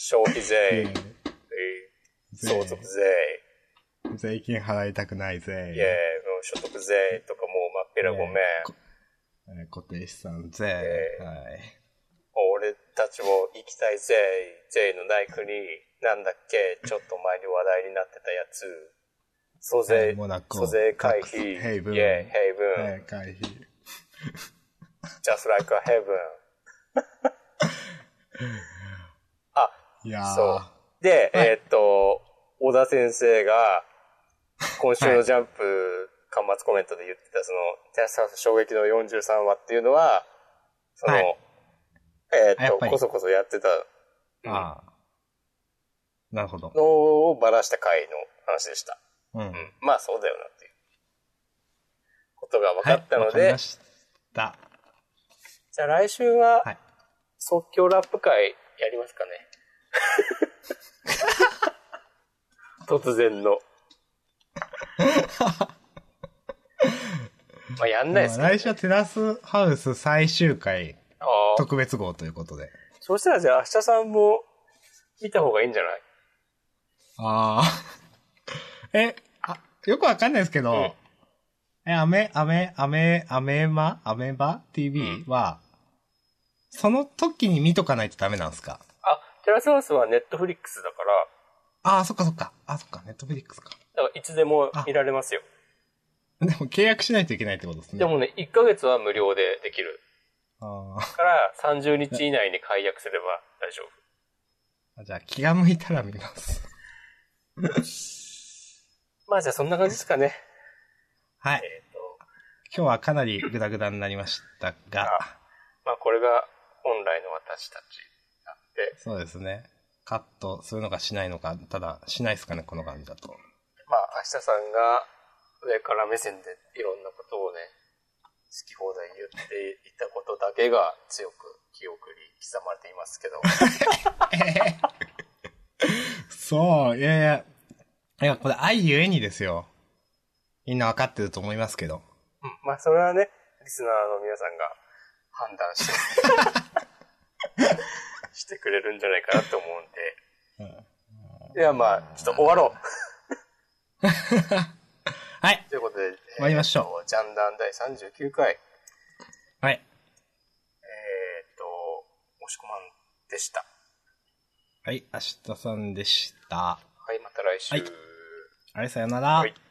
消費税。えー相続税。税金払いたくないぜ。イェイ。無所得税とかもうまっぺらごめん。えー固定資産税。えーはい。俺たちも行きたいぜ、税のない国、なんだっけ、ちょっと前に話題になってたやつ。租え税ーモナ、コ租税回タッ避、クスヘイブンイェイ、ヘイブン、えー回避。 just like a heaven。あ、いやー。そうで、はいえーっと、小田先生が、今週のジャンプ、巻末コメントで言ってた、その、テラスハウス衝撃の43話っていうのは、その、はいえあやーっっと、ぱりこそこそやってたああ。なるほど。のをばらした回の話でした。うん。うん、まあそうだよなっていうことが分かったのはい、わかりで、ました。じゃあ来週ははい。即興ラップ会やりますかね。 突然の。まあやんないですけど、まあ来週はテラスハウス最終回ああ特別号ということで。そうしたらじゃあ明日さんも見た方がいいんじゃないああ。 え、あ、よくわかんないですけど、うんえ、アメ、アメ、アメ、アメマ、アメバ TV は、その時に見とかないとダメなんですかあ、テラスハウスはネットフリックスだから、ああ、そっかそっか。あ、そっか、ネットフリックスか。だからいつでも見られますよ。でも契約しないといけないってことですね。でもね、1ヶ月は無料でできる。あから30日以内に解約すれば大丈夫。ーじゃあ気が向いたら見ます。まあじゃあそんな感じですかね。はい。今日はかなりグダグダになりましたが、まあこれが本来の私たちなんで、そうですね。カットするのかしないのか、ただしないですかね、この感じだと。まあ明日さんが上から目線でいろんなことをね、好き放題言っていたことだけが強く記憶に刻まれていますけ ど。そう、いやいや。いや、これ愛ゆえにですよ。みんなわかってると思いますけど。うんまあそれはね、リスナーの皆さんが判断 して、してくれるんじゃないかなと思うんで。いやまあ、ちょっと終わろう。はい。ということで、終わりましょうう。ジャンダン第39回、えー、っはい。と、もしこまんでした。はい、明日さんでした。はい、また来週。はいあれ、さよなら。はい